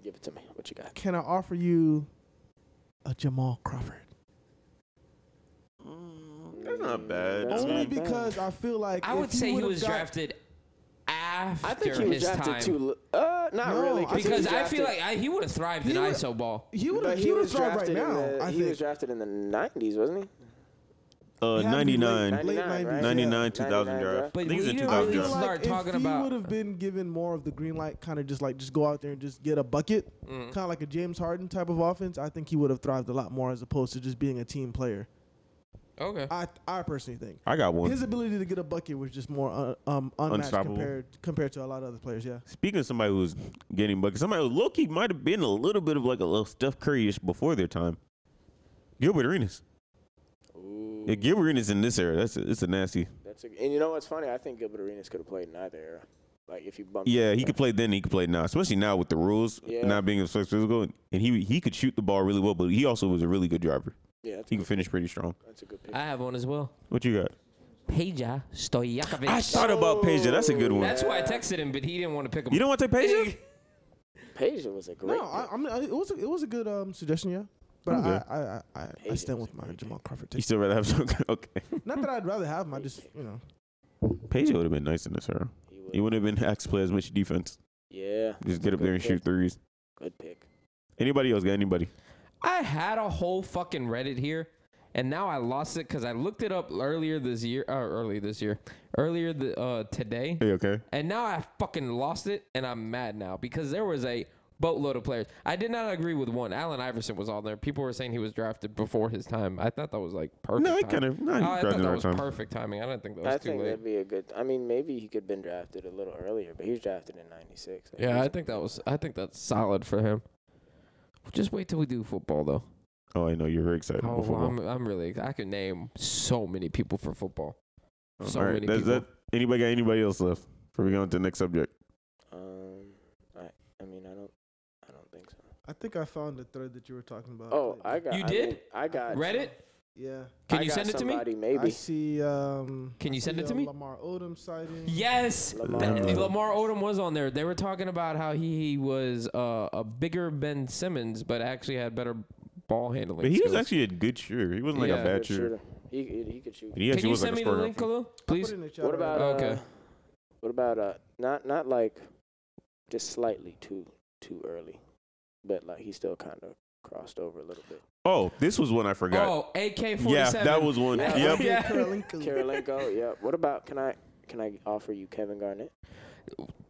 Give it to me. What you got? Can I offer you a Jamal Crawford? That's not bad. That's Only not bad. because I feel like I if would say he would've was got- drafted after I think he was his drafted time. too. l- Uh, not No, really. I think he because I drafted- feel like I, he would have thrived in He would- ISO ball. He would but have. He would have started right in now. the- I he think. was drafted in the '90s, wasn't he? Uh, He had to be ninety nine. late- late 99, 99, right? 99 2000 draft. draft. But I think we it's a didn't 2000 really draft. start if talking he about- would have been given more of the green light, kind of just like just go out there and just get a bucket, Mm. kind of like a James Harden type of offense. I think he would have thrived a lot more as opposed to just being a team player. Okay. I I personally think I got one. his ability to get a bucket was just more uh, um, unmatched Unstoppable. compared compared to a lot of other players. Yeah, Speaking of somebody who's getting buckets, somebody who low key might have been a little bit of like a little Steph Curry ish before their time. Gilbert Arenas. Ooh, Yeah, Gilbert Arenas in this era. That's a, it's a nasty. that's a, and you know what's funny? I think Gilbert Arenas could have played in either era. Like if you bump. Yeah, he could play then. He could play now, especially now with the rules Yeah. not being as physical. And he he could shoot the ball really well, but he also was a really good driver. Yeah, that's a, He could finish pretty strong. that's a good pick. I have one as well. What you got? Peja Stojakovic. I thought about Peja. That's a good one. That's why I texted him, but he didn't want to pick him. you don't want to take Peja? Peja was a great. no, I, I'm, I, it was a, it was a good um, suggestion. Yeah, but Okay. I, I, I, I, I Hayes stand was with a my great Jamal Crawford. You Take. still rather have some? [LAUGHS] Okay. Not that I'd rather have him. I just you know Peja would have been nice in this era. pick. He He was- wouldn't have been [LAUGHS] asked to play as much defense. yeah, Just get up there and Good shoot threes. good pick. Anybody else got anybody? I had a whole fucking Reddit here, and now I lost it because I looked it up earlier this year. Uh, early this year, earlier the, uh, today, Hey, okay. and now I fucking lost it, and I'm mad now because there was a boatload of players. I did not agree with one. Allen Iverson was on there. People were saying he was drafted before his time. I thought that was like perfect. No, he timing. kind of- no, he Oh, I drafted thought in our that was time. perfect timing. I didn't think that was I too think late. that'd be a good. I mean, maybe he could have been drafted a little earlier, but he was drafted in '96. Yeah, I think that was. I think that's solid for him. Just wait till we do football, though. Oh, I know you're very excited. about Oh, football. I'm, I'm really. I can name so many people for football. Um, So all right, many that's- people. that- anybody got anybody else left before we go on to the next subject? Um, I. I mean, I don't. I don't think so. I think I found the thread that you were talking about. Oh, I got. You I did? mean, I got. Reddit? yeah. Can I you got send it to me? somebody, I Maybe. see. Um, Can you I send see, it to uh, me? Lamar Odom sighting. Yes. Lamar That- Odom. Lamar Odom was on there. They were talking about how he was uh, a bigger Ben Simmons, but actually had better ball handling. But he was skills. actually a good shooter. He wasn't like Yeah. a bad Good shooter. shooter. He, he he could shoot. He Can actually you was send like me the a scorer. link, Khalil? I put Please. it in the chat What about already. Okay. uh, What about uh, not not like, just slightly too too early, but like he still kind of crossed over a [LAUGHS] little bit. Oh, this was one I forgot. Oh, AK forty-seven. Oh, yeah, that was one. Yeah. [LAUGHS] Yep. Yeah. Karolinko. Karolinko, yeah. What about can I can I offer you Kevin Garnett?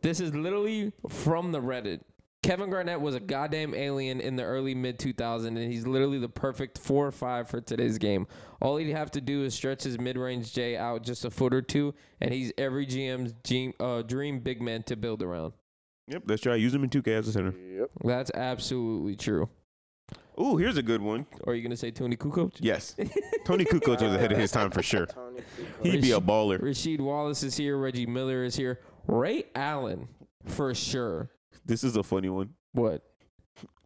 This is literally from the Reddit. Kevin Garnett was a goddamn alien in the early mid 2000s, and he's literally the perfect four or five for today's game. All he'd have to do is stretch his mid range J out just a foot or two, and he's every GM's dream, uh, dream big man to build around. Yep, that's right. Use him in 2K as a center. Yep. That's absolutely true. Ooh, here's a good one. Are you going to say Tony Kukoc? Yes. [LAUGHS] Tony Kukoc was ahead of his time for sure. [LAUGHS] Tony Kukoc. He'd be a baller. Rasheed Wallace is here. Reggie Miller is here. Ray Allen, for sure. This is a funny one. What?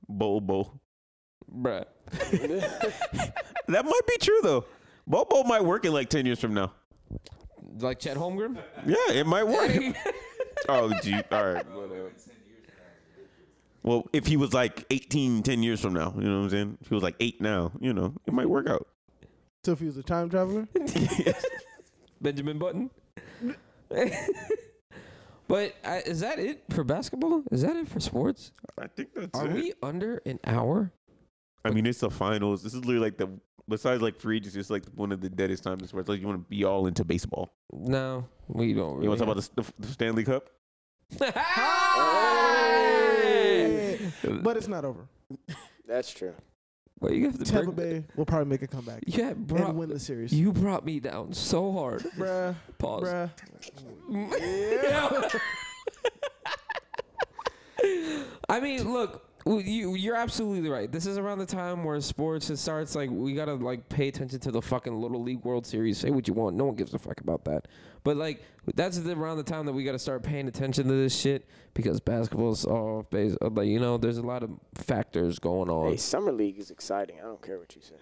Bobo. [LAUGHS] Bruh. That might be true, though. Bobo might work in like 10 years from now. Like Chet Holmgren? [LAUGHS] Yeah, it might work. [LAUGHS] Oh, gee. All right. whatever. Well, if he was like 18, 10 years from now, you know what I'm saying? If he was like eight now, you know, it might work out. So if he was a time traveler, Benjamin Button. [LAUGHS] but I, is that it for basketball? Is that it for sports? I think that's Are it. we under an hour? I mean, it's the finals. This is literally like the besides like free agency, it's like one of the deadest times in sports. Like you want to be all into baseball. No, we don't. Really You want to talk about the, the, the Stanley Cup? talk about but it's not over. That's true. But you have to Tampa bring, Bay will probably make a comeback You had brought, and win the series. You brought me down so hard. bruh, Pause. bruh. I mean, look, w- you you're absolutely right. This is around the time where sports it starts like we gotta like pay attention to the fucking little league World Series. Say what you want, no one gives a fuck about that. But like that's the, around the time that we gotta start paying attention to this shit because basketball's off base. uh, Like you know, there's a lot of factors going on. Hey, summer league is exciting. I don't care what you say.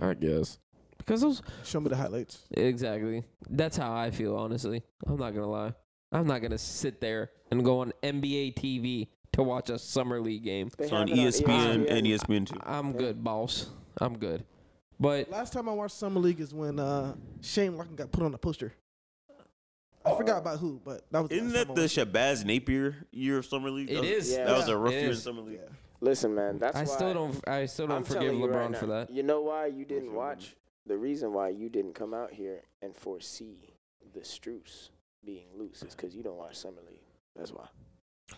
I guess because those Show me the highlights. Exactly. That's how I feel, honestly. I'm not gonna lie. I'm not gonna sit there and go on NBA TV to watch a summer league game. They It's on E E have it E ESPN and ESPN two. I'm good, boss. I'm good. But Last time I watched summer league is when uh, Shane Larkin got put on a poster. I forgot about who, but that was the Oh. Isn't last that time the I watched Shabazz Napier year of summer league? it that is. yeah. Was, that was Yeah. a rough It year in is. summer league. Yeah. Listen, man, that's I why still don't. I still don't I'm forgive telling you LeBron right now, for that. You know why you didn't watch? The reason why you didn't come out here and foresee the Struce being loose is because you don't watch summer league. That's why.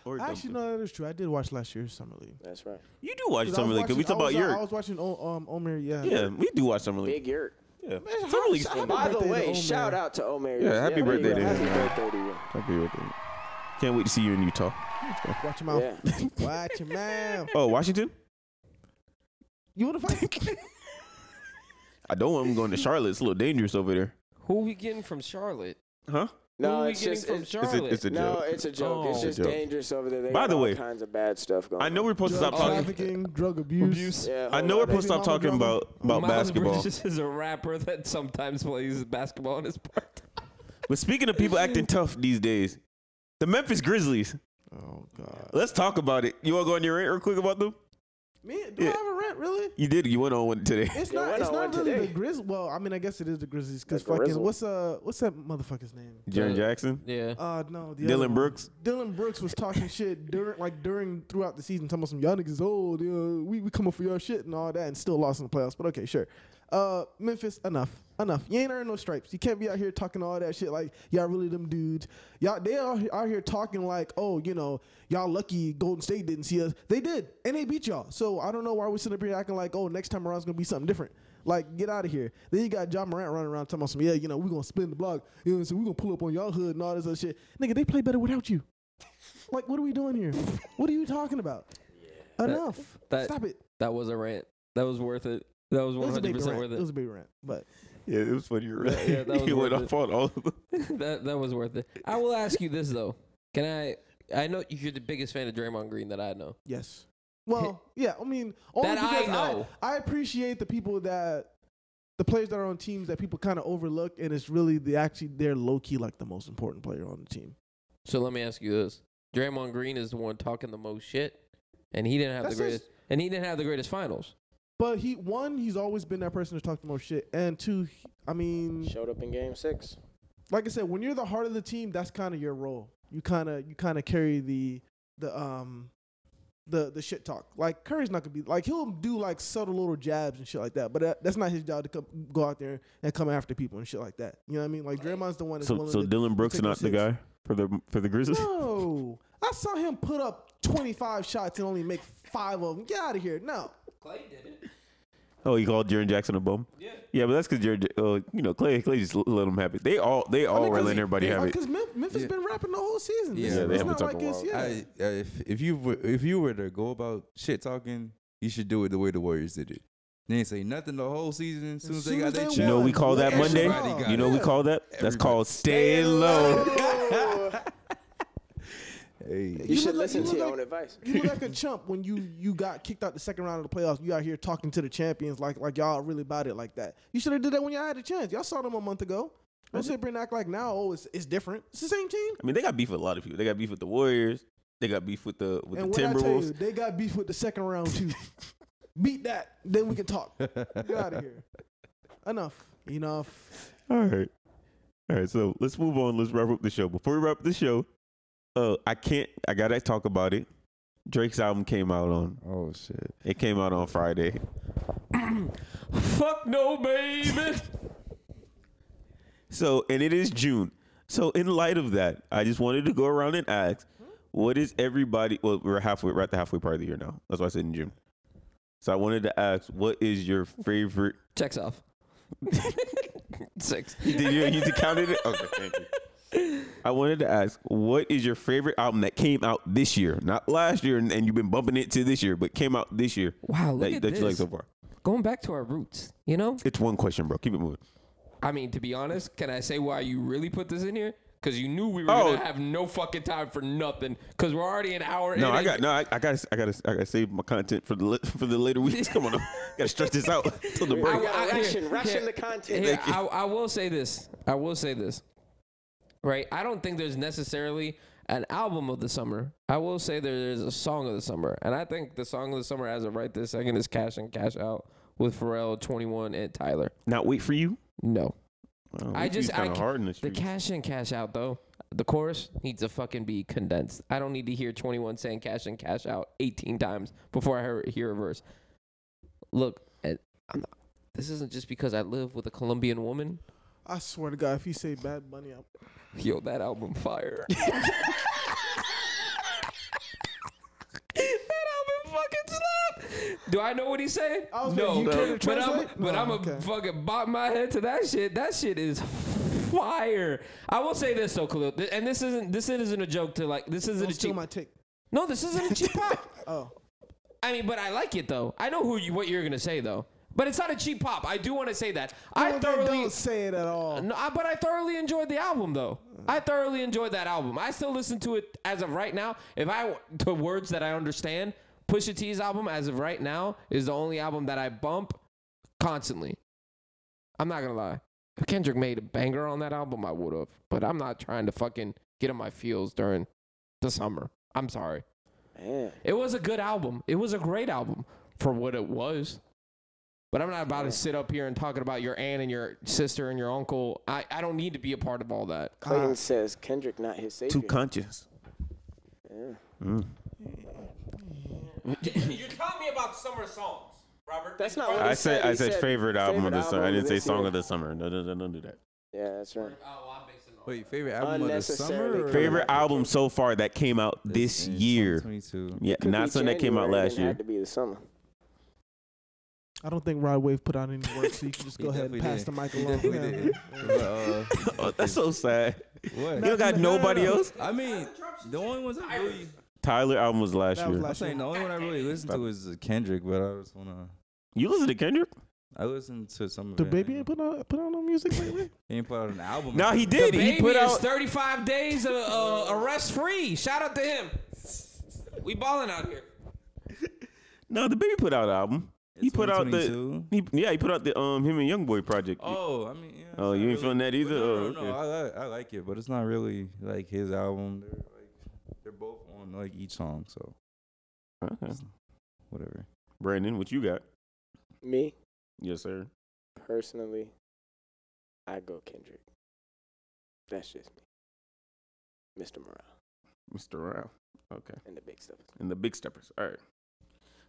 Or Actually, Dumpster. no, that is true. I did watch last year's summer league. That's right. You do watch 'Cause I summer was league. 'cause we talk watching- I about was- uh, I your. was watching O- um, Omer, yeah. Oh, Yeah, we do watch summer league. Big [LAUGHS] Yurt. Yeah. Man, Summer league's happy fun. By the birthday to way, Omer. shout out to Omer. Yeah, happy there you birthday go. to him. Happy birthday to you. Can't wait to see you in Utah. Watch your mouth. Yeah. Watch your mouth. Oh, Washington? You want to [LAUGHS] fight? I don't want him going to Charlotte. It's a little dangerous over there. Who we getting from Charlotte? Huh? Who No, we it's getting just from it's, It's Charlotte? a, it's a no, joke. it's a joke. Oh. it's It's just a joke. dangerous over there. They By got the all way, kinds of bad stuff going. I know we're supposed to Drug stop talking. trafficking, drug abuse. Abuse. On. Yeah, I hold know we're on, supposed to baby stop Oh, mama talking drama. about, about Miles basketball. Bridges is a rapper that sometimes plays basketball in his part. But speaking of people acting tough these days, the Memphis Grizzlies. Oh God. Let's talk about it. You want to go on your rant real quick about them? Me? Do Yeah. I have a rant? Really? You did. You went on one today. [LAUGHS] It's Yeah, not. why It's not not one really today? the Grizz. Well, I mean, I guess it is the Grizzlies because The Grizzle. fucking what's uh what's that motherfucker's name? Jaron Jackson, Yeah. Uh no, the other Dylan one. Brooks. Dylan Brooks was talking shit during like during throughout the season, talking about some y'all niggas old, you know, we we coming for your shit and all that, and still lost in the playoffs. But okay, sure. Uh, Memphis, enough, enough. You ain't earned no stripes. You can't be out here talking all that shit like y'all really them dudes. Y'all they are out here talking like, oh, you know, y'all lucky Golden State didn't see us. They did, and they beat y'all. So I don't know why we're sitting up here acting like, oh, next time around it's gonna be something different. Like, get out of here. Then you got John Morant running around talking about some, yeah, you know, we're gonna spin the block. You know, so we're gonna pull up on y'all hood and all this other shit. Nigga, they play better without you. Like, what are we doing here? what are you talking about? Enough. [LAUGHS] that- Stop it. That was a rant. That was worth it. That was It was a big 100% rant. worth It was a big rant. But Yeah, it was funny. Right? [LAUGHS] yeah, that was you went worth off on all of them. [LAUGHS] that that was worth it. I will ask you this though. Can I? I know you're the biggest fan of Draymond Green that I know. yes. Well, yeah. I mean, only That I because know. I, appreciate the people that the players that are on teams that people kind of overlook, and it's really the actually they're low key like the most important player on the team. So let me ask you this: Draymond Green is the one talking the most shit, and he didn't have That's the greatest. just- and he didn't have the greatest finals. But he one, he's always been that person to talk the most shit, and two, he- I mean, Showed up in game six. like I said, when you're the heart of the team, that's kind of your role. You kind of you kind of carry the the um the the shit talk. Like Curry's not gonna be like he'll do like subtle little jabs and shit like that, but that, that's not his job to come, go out there and come after people and shit like that. You know what I mean? Like Draymond's the one that's So, willing so to. Dylan Brooks take not the them six. guy for the for the Grizzlies. no, I saw him put up 25 shots and only make five of them. Get out of here! No, Clay did it. Oh, you called Jaron Jackson a bum. Yeah, yeah, but that's because Jaron, uh, you know, Clay, Clay just l- let him have it. They all, they all Oh, were letting everybody have it. because Memphis Yeah. been rapping the whole season. Yeah, Yeah, they it's have been not like talking it's wild. yeah. I, I, if, if you were, if you were to go about shit talking, you should do it the way the Warriors did it. They didn't say nothing the whole season. As soon as they soon got as their they check, You know, we call that Monday. everybody got You know, we it. call that. That's Everybody. called stay low. [LAUGHS] Hey, You, You should look like- listen you to look your like- own advice. you look like a chump when you you got kicked out the second round of the playoffs. You out here talking to the champions like like y'all really about it like that. You should have did that when y'all had a chance. Y'all saw them a month ago. Most people bring act like now, oh, it's, it's different. It's the same team. I mean, they got beef with a lot of people. They got beef with the Warriors. They got beef with the with and the what I tell you, Timberwolves. they got beef with the second round too. Beat that, then we can talk. Get out of here. Enough. Enough. All right. All right. So let's move on. Let's wrap up the show. Before we wrap up the show, uh, I can't. I gotta talk about it. Drake's album came out on. Oh shit. It came out on Friday. [CLEARS THROAT] Fuck no, baby. So and it is June. So in light of that, I just wanted to go around and ask, what is everybody? Well, we're halfway. We're at the halfway part of the year now. That's why I said in June. So I wanted to ask, what is your favorite? [LAUGHS] Checks off. Six. Did you, you counted it? Okay, thank you. I wanted to ask, what is your favorite album that came out this year? Not last year, and, and you've been bumping it to this year, but came out this year. Wow, look that, at that you like this. so far. Going back to our roots, you know? It's one question, bro. Keep it moving. I mean, to be honest, can I say why you really put this in here? Because you knew we were Oh. gonna have no fucking time for nothing. Because we're already an hour. No, in I and- got no. I, I gotta, I gotta, I gotta save my content for the [LAUGHS] li- for the later weeks. Come on, [LAUGHS] I gotta stretch this out [LAUGHS] till the break. I- I- here, ration, ration here, the content. here, Thank you. I, I will say this. I will say this. Right. I don't think there's necessarily an album of the summer. I will say there is a song of the summer, and I think the song of the summer, as of right this second, is "Cash and Cash Out" with Pharrell, Twenty One, and Tyler. Not wait for you. No, I Wow, Wait For You's just I kinda ca- hard in this. the cash in cash out though. The chorus needs to fucking be condensed. I don't need to hear 21 saying cash in cash out 18 times before I hear, hear a verse. Look, I- I'm not, this isn't just because I live with a Colombian woman. I swear to God, if you say Bad Bunny, I'm, Yo, that album fire. that album fucking slapped. Do I know what he's saying? I was no, like, you can't but I'm, translate? but No, I'm a okay. fucking bop my head to that shit. That shit is fire. I will say this though, Khalil, th- and this isn't this isn't a joke to like this isn't don't a steal cheap. my take. no, this [LAUGHS] isn't a cheap pop. Oh, I mean, but I like it though. I know who you what you're gonna say though. But it's not a cheap pop. I do want to say that. I Well, they thoroughly don't say it at all. no, I, but I thoroughly enjoyed the album though. I thoroughly enjoyed that album. I still listen to it as of right now. If I w- to words that I understand, Pusha T's album as of right now is the only album that I bump constantly. I'm not gonna lie. If Kendrick made a banger on that album, I would have. But I'm not trying to fucking get in my feels during the summer. I'm sorry. Man, It was a good album. It was a great album for what it was. But I'm not about to sit up here and talking about your aunt and your sister and your uncle. I, I don't need to be a part of all that. Clayton uh, says Kendrick not his savior. Too conscious. Mm. Yeah. You're telling me about summer songs, Robert. That's not what he I said, I he said favorite album of the favorite summer. I didn't say this song year. of the summer. No, no, no, don't do that. Yeah, that's right. Wait, favorite album of the Unnecessarily summer? or- Favorite album so far that came out this In year. 2022. Yeah, Could not be something that came out January, last didn't year. Have to be the summer. I don't think Rod Wave put out any work, so you can [LAUGHS] just He go ahead and definitely pass did. the mic He along. definitely Yeah. did. But, [LAUGHS] uh, [LAUGHS] Oh, that's so sad. what? You don't got nobody else. I mean, the only ones I really, Tyler album was last That was year. I'm last- saying the only one I really listened to is uh, Kendrick, but I just wanna, You listen to Kendrick? I listened to some of The it. baby ain't put out put out no music lately. He ain't put out an album. No, he The did. baby He put is out. 35 days of uh, arrest free. Shout out to him. We balling out [LAUGHS] here. No, the baby put out an album. He In put out the. 2022? He, yeah, he put out the um him and YoungBoy project. Oh, I mean, yeah, it's Oh, not you ain't feeling that but either? No, Oh, no, okay. no, I, like, I like it, but it's not really like his album. They're like, they're both on like each song, so Okay. whatever. Brandon, what you got? Me Yes, sir. personally, I go Kendrick. That's just me. Mr. Morale Mr. Rao. Okay. and the big stuff. And the big steppers. All right.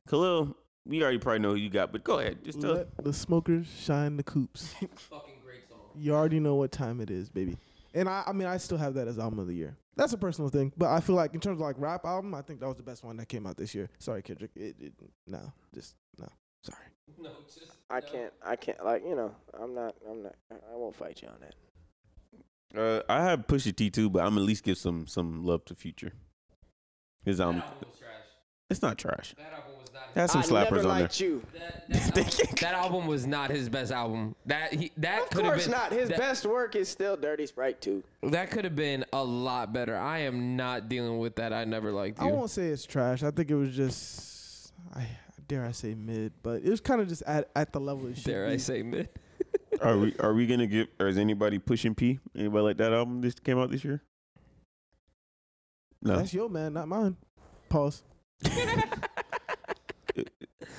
Khalil, we already probably know who you got, but go ahead. Just tell Let the smokers shine the coops. [LAUGHS] Fucking great song. You already know what time it is, baby. And I, I mean, I still have that as album of the year. That's a personal thing, but I feel like in terms of like rap album, I think that was the best one that came out this year. Sorry, Kendrick. It, it no, just no. Sorry. [LAUGHS] No, just I can't. I can't. Like you know, I'm not. I'm not. I I won't fight you on that. Uh, I have Pusha T too, but I'm at least give some some love to Future. His album, was trash. it's not trash. That album was not. It has some I slappers never on there. liked you. That, that, album, that album was not his best album. That he that Of could have course been not. His that, best work is still Dirty Sprite too. That could have been a lot better. I am not dealing with that. I never liked I you. won't say it's trash. I think it was just I dare I say mid, but it was kind of just at, at the level it should [LAUGHS] Dare be. I say mid? Are we are we gonna give? Or is anybody pushing P? Anybody like that album that came out this year? No, That's your man, not mine. Pause.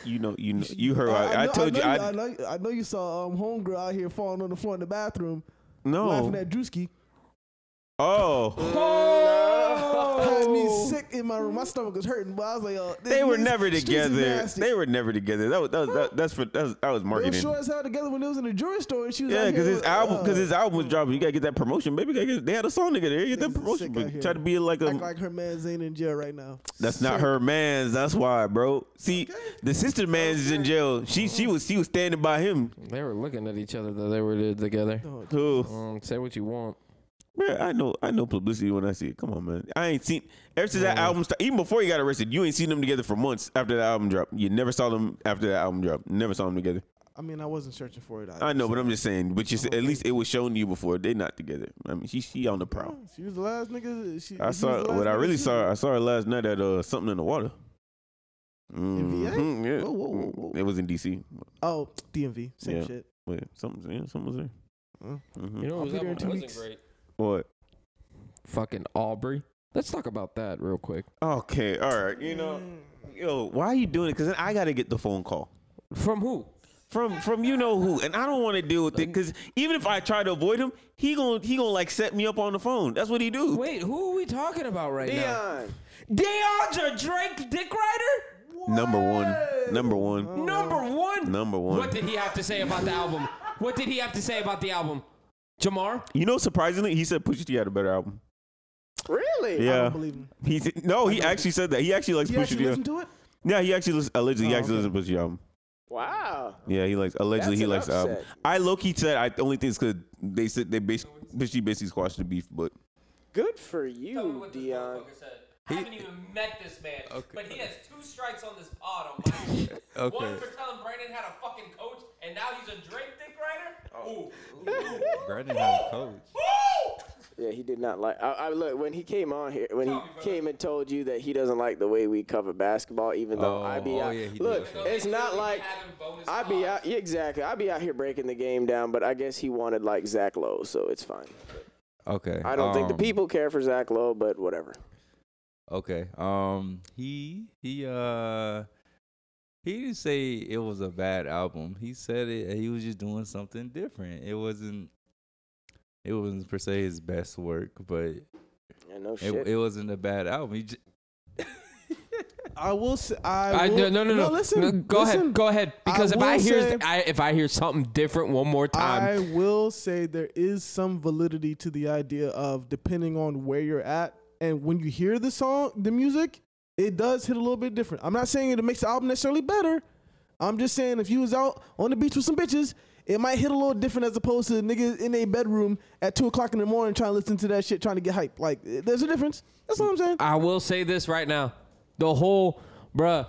you know, you know, you heard. I, I, know- told know you. I, I know, you- I know you saw um, homegirl out here falling on the floor in the bathroom, laughing no. at Drewski. Oh, [LAUGHS] Had me sick in my room. My stomach was hurting, but I was like, uh, this- they were this never streets is together. nasty. They were never together. That was that was that, that's for that was, that was They were marketing. sure as hell together when they was in the jewelry store. And she was out Yeah, here because his with, album, because uh, his album was dropping. You gotta get that promotion, baby. You gotta get, they had a song together. You gotta get Niggas that is promotion. sick out But here. try to be like a. act like her man's ain't in jail right now. that's not Sick. her man's. That's why, bro. See, the sister man's is in jail. She she was she was standing by him. They were looking at each other though. They were did together. Cool. Um, say what you want. Man, I know I know publicity when I see it. Come on, man. I ain't seen ever since that album started. Even before he got arrested, you ain't seen them together for months after that album dropped. You never saw them after that album dropped. Never saw them together. I mean, I wasn't searching for it. Either, I know, so- but I'm just saying. But you said, at least it was shown to you before. They not together. I mean, she she on the prowl. She was the last nigga. She, I she was saw the last what I nigga really she- saw. I saw her last night at uh something in the water. VA? Mhm, yeah. Whoa, whoa, whoa, whoa. It was in DC. Oh, DMV, same Yeah. shit. Wait, something, yeah, something was there. Huh? Mhm. You know I'll what be that there in one two wasn't weeks. great? What? Fucking Aubrey. Let's talk about that real quick. Okay, all right. You know, Mm. yo, why are you doing it? Because I gotta get the phone call From who? from from you know who, and I don't want to deal with it. Because even if I try to avoid him, he gon' he gon' like set me up on the phone. That's what he do. Wait, who are we talking about right Dion. now? DeAndre Drake, Dick Rider, Number one, number one, number one. number one. What did he have to say about the album? What did he have to say about the album? Jamar, you know, surprisingly, he said Pusha T had a better album. Really? I Yeah, don't believe him. he said- no, he actually said that. He actually likes You Pusha actually T. listen to it? Yeah, he actually listen, allegedly he Oh, actually okay. listens to Pusha T album. Wow. Yeah, he likes allegedly That's he an likes the album. upset. I low key said I the only thing is because they said they basically Pusha basically squashed the beef, but Good for you, Dion. I haven't even met this man, but he has two strikes on this pod on my Okay. telling Brandon how to fucking coach, and now he's a Drake dick rider. Ooh. Brandon had a coach. Yeah, he did not like. I, I look when he came on here when he came and told you that he doesn't like the way we cover basketball, even though Oh, I be oh, out. yeah, he did look, say it's not like I be out. Yeah, exactly. I be out here breaking the game down, but I guess he wanted like Zach Lowe, so it's fine. Okay. I don't think the um, people care for Zach Lowe, but whatever. Okay. Um he he uh he didn't say it was a bad album. He said it he was just doing something different. It wasn't it wasn't per se his best work, but Yeah, no it, shit. it wasn't a bad album. He just, I will say. I, I, will, no, no, no, no. Listen, No, go listen. ahead, go ahead. I Because if I will hear, say- I, if I hear something different one more time, I will say there is some validity to the idea of depending on where you're at and when you hear the song, the music, it does hit a little bit different. I'm not saying it makes the album necessarily better. I'm just saying if you was out on the beach with some bitches, it might hit a little different as opposed to niggas in a bedroom at two o'clock in the morning trying to listen to that shit, trying to get hype. Like eh, there's a difference. That's what I'm saying. I will say this right now. The whole, bruh,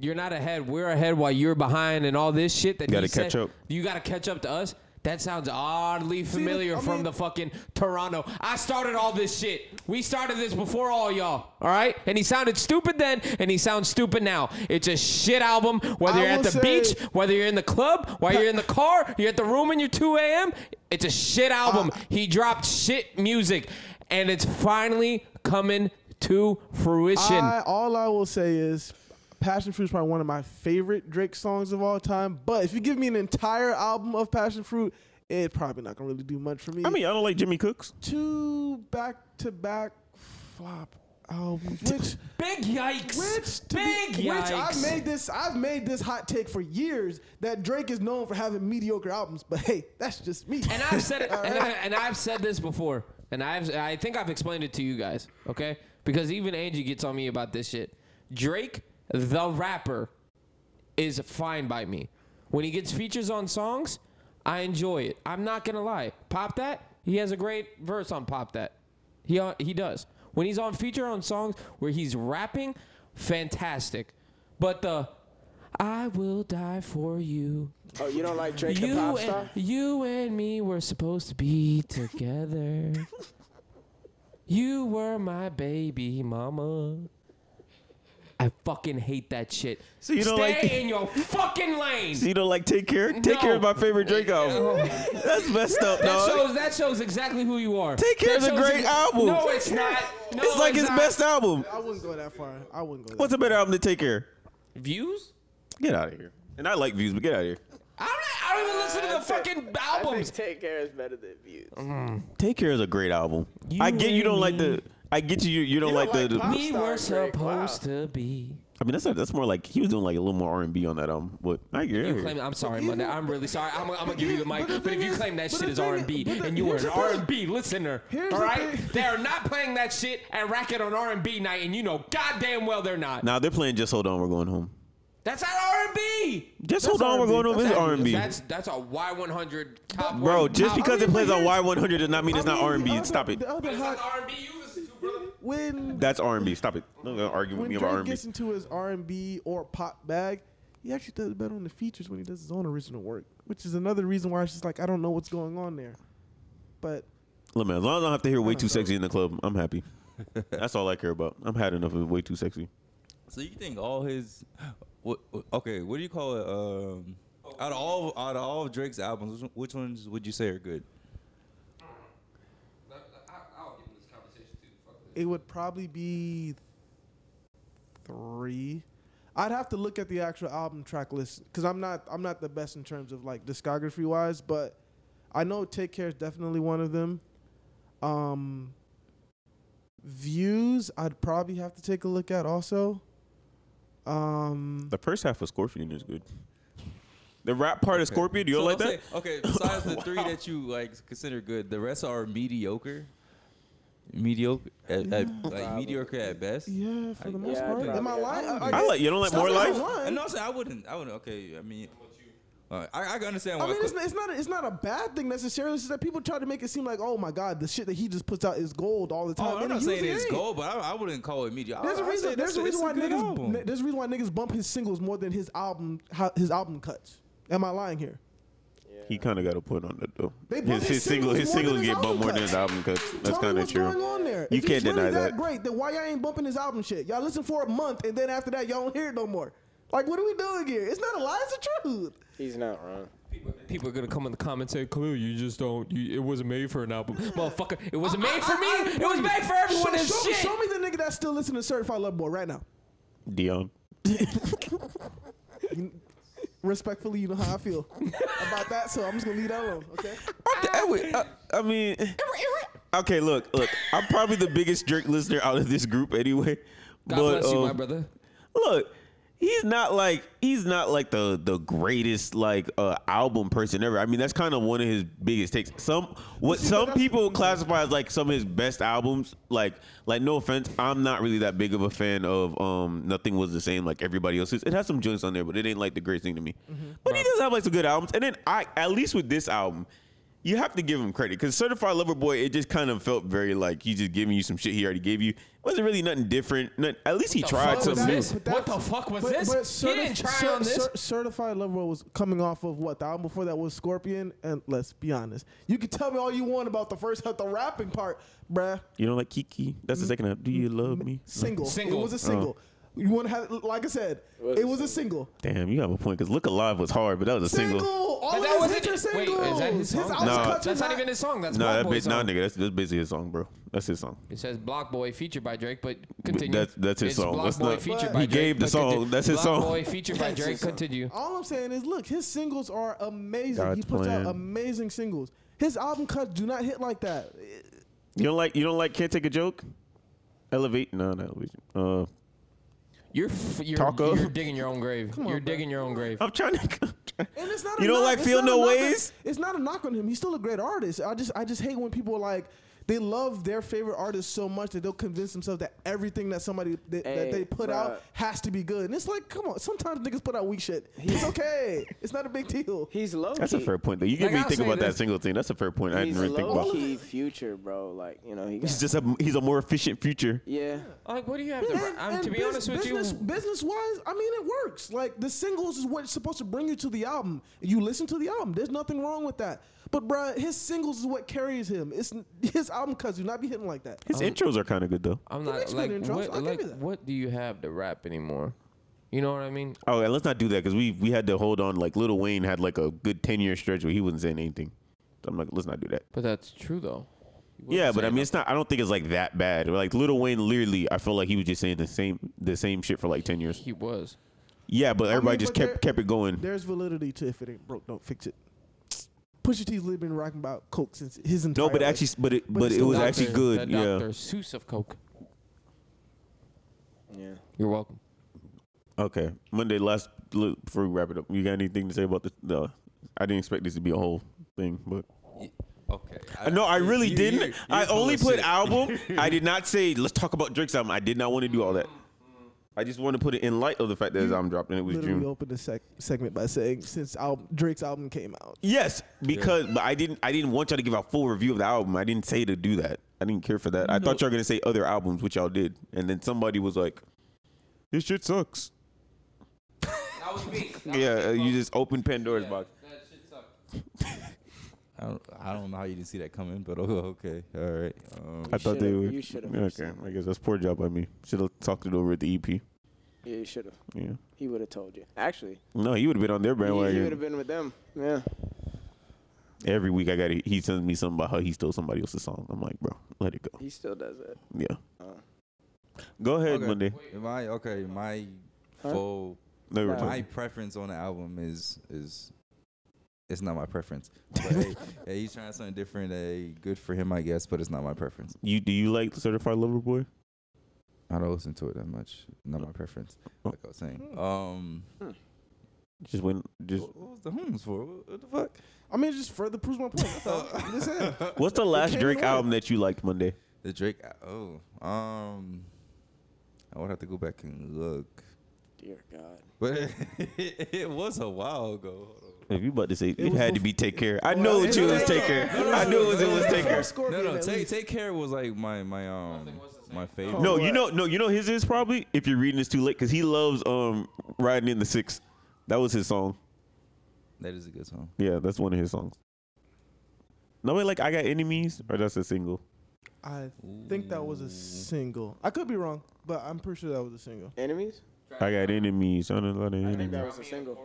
you're not ahead. We're ahead while you're behind, and all this shit that Gotta he said- catch up. You got to catch up to us. That sounds oddly familiar I from mean- the fucking Toronto. I started all this shit. We started this before all y'all. All right, and he sounded stupid then, and he sounds stupid now. It's a shit album. Whether I you're at will the say- beach, whether you're in the club, while you're in the car, you're at the room and you're 2 a.m. It's a shit album. Uh. he dropped shit music, and it's finally coming to fruition. I, all I will say is, Passion Fruit is probably one of my favorite Drake songs of all time. But if you give me an entire album of Passion Fruit, it's probably not gonna really do much for me. I mean I don't like Jimmy Cooks. two back to back flop albums, which Big yikes! which to Big be, which yikes! I've made this I've made this hot take for years that Drake is known for having mediocre albums. But hey, that's just me. and I've said it, and, I, and I've said this before, and I've I think I've explained it to you guys, okay? Because even Angie gets on me about this shit. Drake, the rapper, is fine by me. When he gets features on songs, I enjoy it. I'm not gonna lie. Pop that, he has a great verse on Pop that. He uh, he does. When he's on feature on songs where he's rapping, fantastic. But the I will die for you oh, you don't like Drake the you pop and, [LAUGHS] star? you and me were supposed to be together. you were my baby mama. I fucking hate that shit. So you Stay don't like- in your fucking lane. [LAUGHS] So you don't like take care? Take care of No. my favorite Drake album. That's messed up, That dog. shows that shows exactly who you are. Take That Care is a shows great album. No, it's [LAUGHS] not. No, it's like his not. best album. I wouldn't go that far. I wouldn't go. That What's a better album than Take Care? views. Get out of here. And I like views, but get out of here. I don't, I don't even listen to the fucking albums. [LAUGHS] Take Care is better than Views. Uh-huh. Take Care is a great album. You I get you don't like the. and I get you. You, you don't like, the. the We were supposed to be. I mean, that's not, that's more like he was doing like a little more R and B on that album. But I get You it. claim I'm sorry, Monday. I'm really sorry. I'm, I'm gonna give you the mic. But the But if thing you is- claim that but shit the is thing- R&B but the- and you are here's an the thing. R&B listener, Here's all the right? thing. They are not playing that shit and racket on R&B night, and you know goddamn well they're not. Now they're playing. Just hold on, we're going home. That's not R&B. Just hold on, we're going home. It's R and B. That's that's a Y100 top. Bro, one, just top- because it mean, plays on here's- Y100 does not mean it's I not mean, R and B. the other- Stop it. The other It's not hot R&B you listen to, brother. when That's R and B. Stop it. Don't gonna argue with when me about R Drake and B. gets into his R and B or pop bag, he actually does better on the features when he does his own original work, which is another reason why it's just like I don't know what's going on there. But Look, man, as long as I don't have to hear "Way Too Sexy" in the club, I'm happy. That's all I care about. I'm had enough of "Way Too Sexy." So you think all his, what, what- okay, what do you call it? Um, out of all out of all of Drake's albums, which, which ones would you say are good? it would probably be three. I'd have to look at the actual album track list because I'm not I'm not the best in terms of like discography wise, but I know Take Care is definitely one of them. Um, views I'd probably have to take a look at also. Um, The first half of Scorpion is good. The rap part of Scorpion, do you So like I'm that? saying- okay, besides the three that you like consider good, the rest are mediocre. Mediocre at, at like mediocre at best. Mm. yeah, for the most Yeah, I'd part. Am I probably- lying? I, I like. You don't like more life? And also, I wouldn't. I wouldn't. Okay, I mean, all right, I, I can understand. Why I mean, Cl- it's not, it's not it's not a bad thing necessarily. It's just that people try to make it seem like, oh my god, the shit that he just puts out is gold all the time. Oh, and I'm it not saying usually it's ain't. gold, but I, I wouldn't call it mediocre. There's a I'd say reason. that's There's a reason it's why good niggas. album. n- There's a reason why niggas bump his singles more than his album. How, his album cuts. Am I lying here? He kind of got a point on that though. They bump his singles more than his get bumped album more than cuts. his album cuts. That's Tell me kind of what's Going true. on there. You if can't he's really deny that. that. Great. Then why y'all ain't bumping his album shit? Y'all listen for a month and then after that y'all don't hear it no more. Like what are we doing here? It's not a lie. It's the truth. He's not wrong. People are gonna come in the comments and say, Khalil, you just don't. You, it wasn't made for an [LAUGHS] album, motherfucker. It wasn't made for me. It was made for everyone. Show, and show, shit. show me the nigga that's still listening to Certified Love Boy right now. Dion. Respectfully, you know how I feel [LAUGHS] about that, so I'm just gonna leave that alone. Okay. I, I [LAUGHS] mean, okay, look, look. I'm probably the biggest jerk listener out of this group anyway. God but, bless you, my um, brother. look he's not like he's not like the the greatest like uh album person ever i mean that's kind of one of his biggest takes some what some that's- people classify as like some of his best albums like like no offense i'm not really that big of a fan of um nothing was the same like everybody else's it has some joints on there but it ain't like the greatest thing to me Mm-hmm. but he does have like some good albums and then i at least with this album you have to give him credit because Certified Lover Boy, it just kind of felt very like he's just giving you some shit he already gave you. wasn't really nothing different. Nothing, at least he tried fuck something was new. this? What the fuck was this? He didn't try on this. certified Lover Boy was coming off of what the album before that was Scorpion, and let's be honest, you can tell me all you want about the first [LAUGHS] half, the rapping part, bruh. You know, like Kiki. That's the Mm, second half. Do you love me? Single, Single. It Uh-huh. was a single. You want to have, like I said, was it a was a single. Damn, you have a point. Cause "Look Alive" was hard, but that was a Single. single. All But of that his wasn't- hits are wait, singles. is that his song? album No. cuts are That's not not- even his song. That's Nah, Block that Boy's bit, nah, song. nigga, that's, that's basically his song, bro. That's his song. It says Block Boy featured by Drake, but continue. that's- that's his It's song. Block Let's Boy not- featured He by gave Drake, the but song. continue. That's his Block song. Boy featured by Drake. Continue. All I'm saying is, look, his singles are amazing. God's he puts plan. out amazing singles. His album cuts do not hit like that. You don't like? You don't like? Can't take a joke. Elevate? No, not elevation. Uh, You're f- you're, Taco. you're digging your own grave. you're bro. digging your own grave. I'm trying to. [LAUGHS] And it's not. You a don't knock- like it's Feel not a No knock on- Ways? it's not a knock on him. He's still a great artist. I just, I just hate when people are like. They love their favorite artist so much that they'll convince themselves that everything that somebody that, Hey, that they put bruh. out has to be good. And it's like, come on. Sometimes niggas put out weak shit. It's okay. it's not a big deal. He's low. That's a key- fair point. Though you Like, get me I'll thinking say about that this. single thing. That's a fair point. I He's didn't really think low about. key future, bro. Like you know he He's got. just a he's a more efficient future. Yeah. Like, what do you have to? I'm, to be bus- honest with you, business, business wise, I mean, it works. Like the singles is what's supposed to bring you to the album. You listen to the album. There's nothing wrong with that. But bruh, his singles is what carries him. It's his album Cuz do not be hitting like that. Um, His intros are kind of good though. I'm He not makes good like intros, I'll what, give like you that. what do you have to rap anymore? You know what I mean? Oh, and let's not do that because we we had to hold on. Like Little Wayne had like a good ten year stretch where he wasn't saying anything. So I'm like, let's not do that. But that's true though. You wouldn't Yeah, but say I mean, it's not. I don't think it's like that bad. Like Little Wayne, literally, I feel like he was just saying the same the same shit for like ten years. he was. Yeah, but everybody mean, just but kept kept it going. There's validity to if it ain't broke, don't fix it. Pusha T's literally been rocking about coke since his entire. No, but life. actually, but it but, it's it still was Dr. actually The Dr. good. Yeah. Seuss of Coke. Yeah. You're welcome. Okay. Monday. Last li- before we wrap it up, you got anything to say about the? the I didn't expect this to be a whole thing, but Okay. no, I really you- didn't. you- I you're full only of put shit. album. [LAUGHS] I did not say let's talk about Drake's album. I did not want to do all that. I just wanted to put it in light of the fact that his album dropped and it was literally June. opened the sec- segment by saying since al- Drake's album came out. Yes, because but I didn't. I didn't want y'all to give a full review of the album. I didn't say to do that. I didn't care for that. I thought y'all were gonna say other albums, which y'all did, and then somebody was like, "This shit sucks." That was [LAUGHS] me. Yeah, uh, you just opened Pandora's box. I don't, I don't know how you didn't see that coming, but [LAUGHS] oh, okay, all right. Um, I thought they should've- would. you should've Okay, understood. I guess that's poor job by me. Should have talked it over at the EP. Yeah, you should have. Yeah. He would have told you. Actually, No, he would have been on their he, would bandwagon. have been with them. Yeah. Every week I got it. He sends me something about how he stole somebody else's song. I'm like, bro, let it go. He still does that. Yeah. Oh. Go ahead, okay. Monday. My okay, my Huh? full No, we were Nah. talking. my preference on the album is is it's not my preference. But hey, hey, he's trying something different. Hey, good for him, I guess, but it's not my preference. You do you like Certified Lover Boy? I don't listen to it that much. Not my preference. Like I was saying. Um, Just when just what what was the homes for? What, what the fuck? I mean, it just further proves my point. That's all. That's it. What's the last came Drake away. album that you liked, Monday? The Drake. Oh, um, I would have to go back and look. Dear God. But [LAUGHS] it, was a while ago. Hold on. If you about to say it, It was had to bef- be Take Care. I know it you was Take Care. I knew [LAUGHS] it was [LAUGHS] it was Take Care. Scorpion No, no, at take least. take care was like my my um my favorite. No, you know, no, you know his is probably if you're reading this too late because he loves um riding in the six. That was his song. that is a good song. Yeah, that's one of his songs. No, wait, like I got enemies, or that's a single. I think that was a single. I could be wrong, but I'm pretty sure that was a single. Enemies? I got enemies. I, don't know I think enemies. that was a single.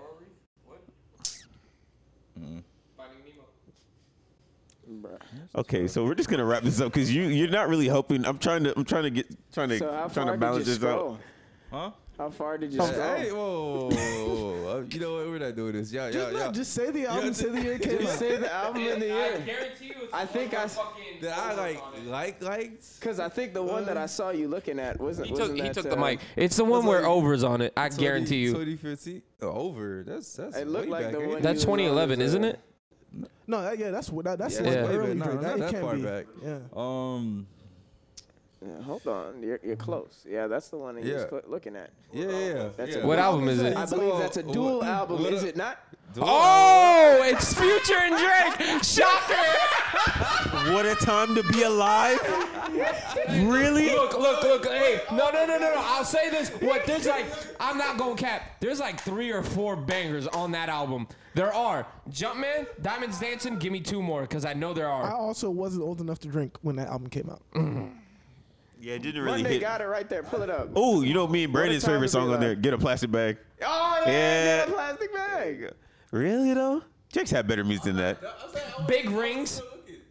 Bruh. Okay, so we're just gonna wrap this up because you you're not really helping. I'm trying to I'm trying to get trying to So how trying far to did you balance this scroll? out. Huh? How far did you scroll? Hey, whoa, whoa, whoa, whoa. Uh, you know what? We're not doing this. Yeah, yeah, Just, yeah. no, just say the album, Yeah, say the [LAUGHS] year it came Just out. say the album in the year. guarantee you. It's I think I, that I like like liked. because I think the one that I saw you looking at wasn't. He took, wasn't he that, took the uh, mic. It's the one where like- overs on it. I guarantee you. 2015 over. That's that's. It looked way like back, the ain't one it? you- That's 2011, uh, isn't it? No, that, yeah, that's what that, that's Yeah, like that's way back. early No, Drake. no, that, not it that can't far be. back. Yeah. Um. uh, yeah, hold on, you're, you're close. Yeah, that's the one that you was Yeah. cl- looking at. Yeah, yeah. That's yeah. a- What album is it? I It's believe all- that's a dual what- album, what- is it not? Oh, it's Future and [LAUGHS] Drake. Shocker! What a time to be alive! really? Look, look, look. Hey, no, no, no, no, no. I'll say this. What there's like, I'm not gonna cap. There's like three or four bangers on that album. There are Jumpman, Diamonds Dancing. Give me two more, cause I know there I are. also wasn't old enough to drink when that album came out. Yeah, it didn't Monday really hit. got it right there. Pull it up. Oh, you know me and Brandon's Time to favorite Be song on Alive. there. Get a plastic bag. Oh yeah, Yeah. yeah. plastic bag. Really though? Jake's had better music than that. Big Rings,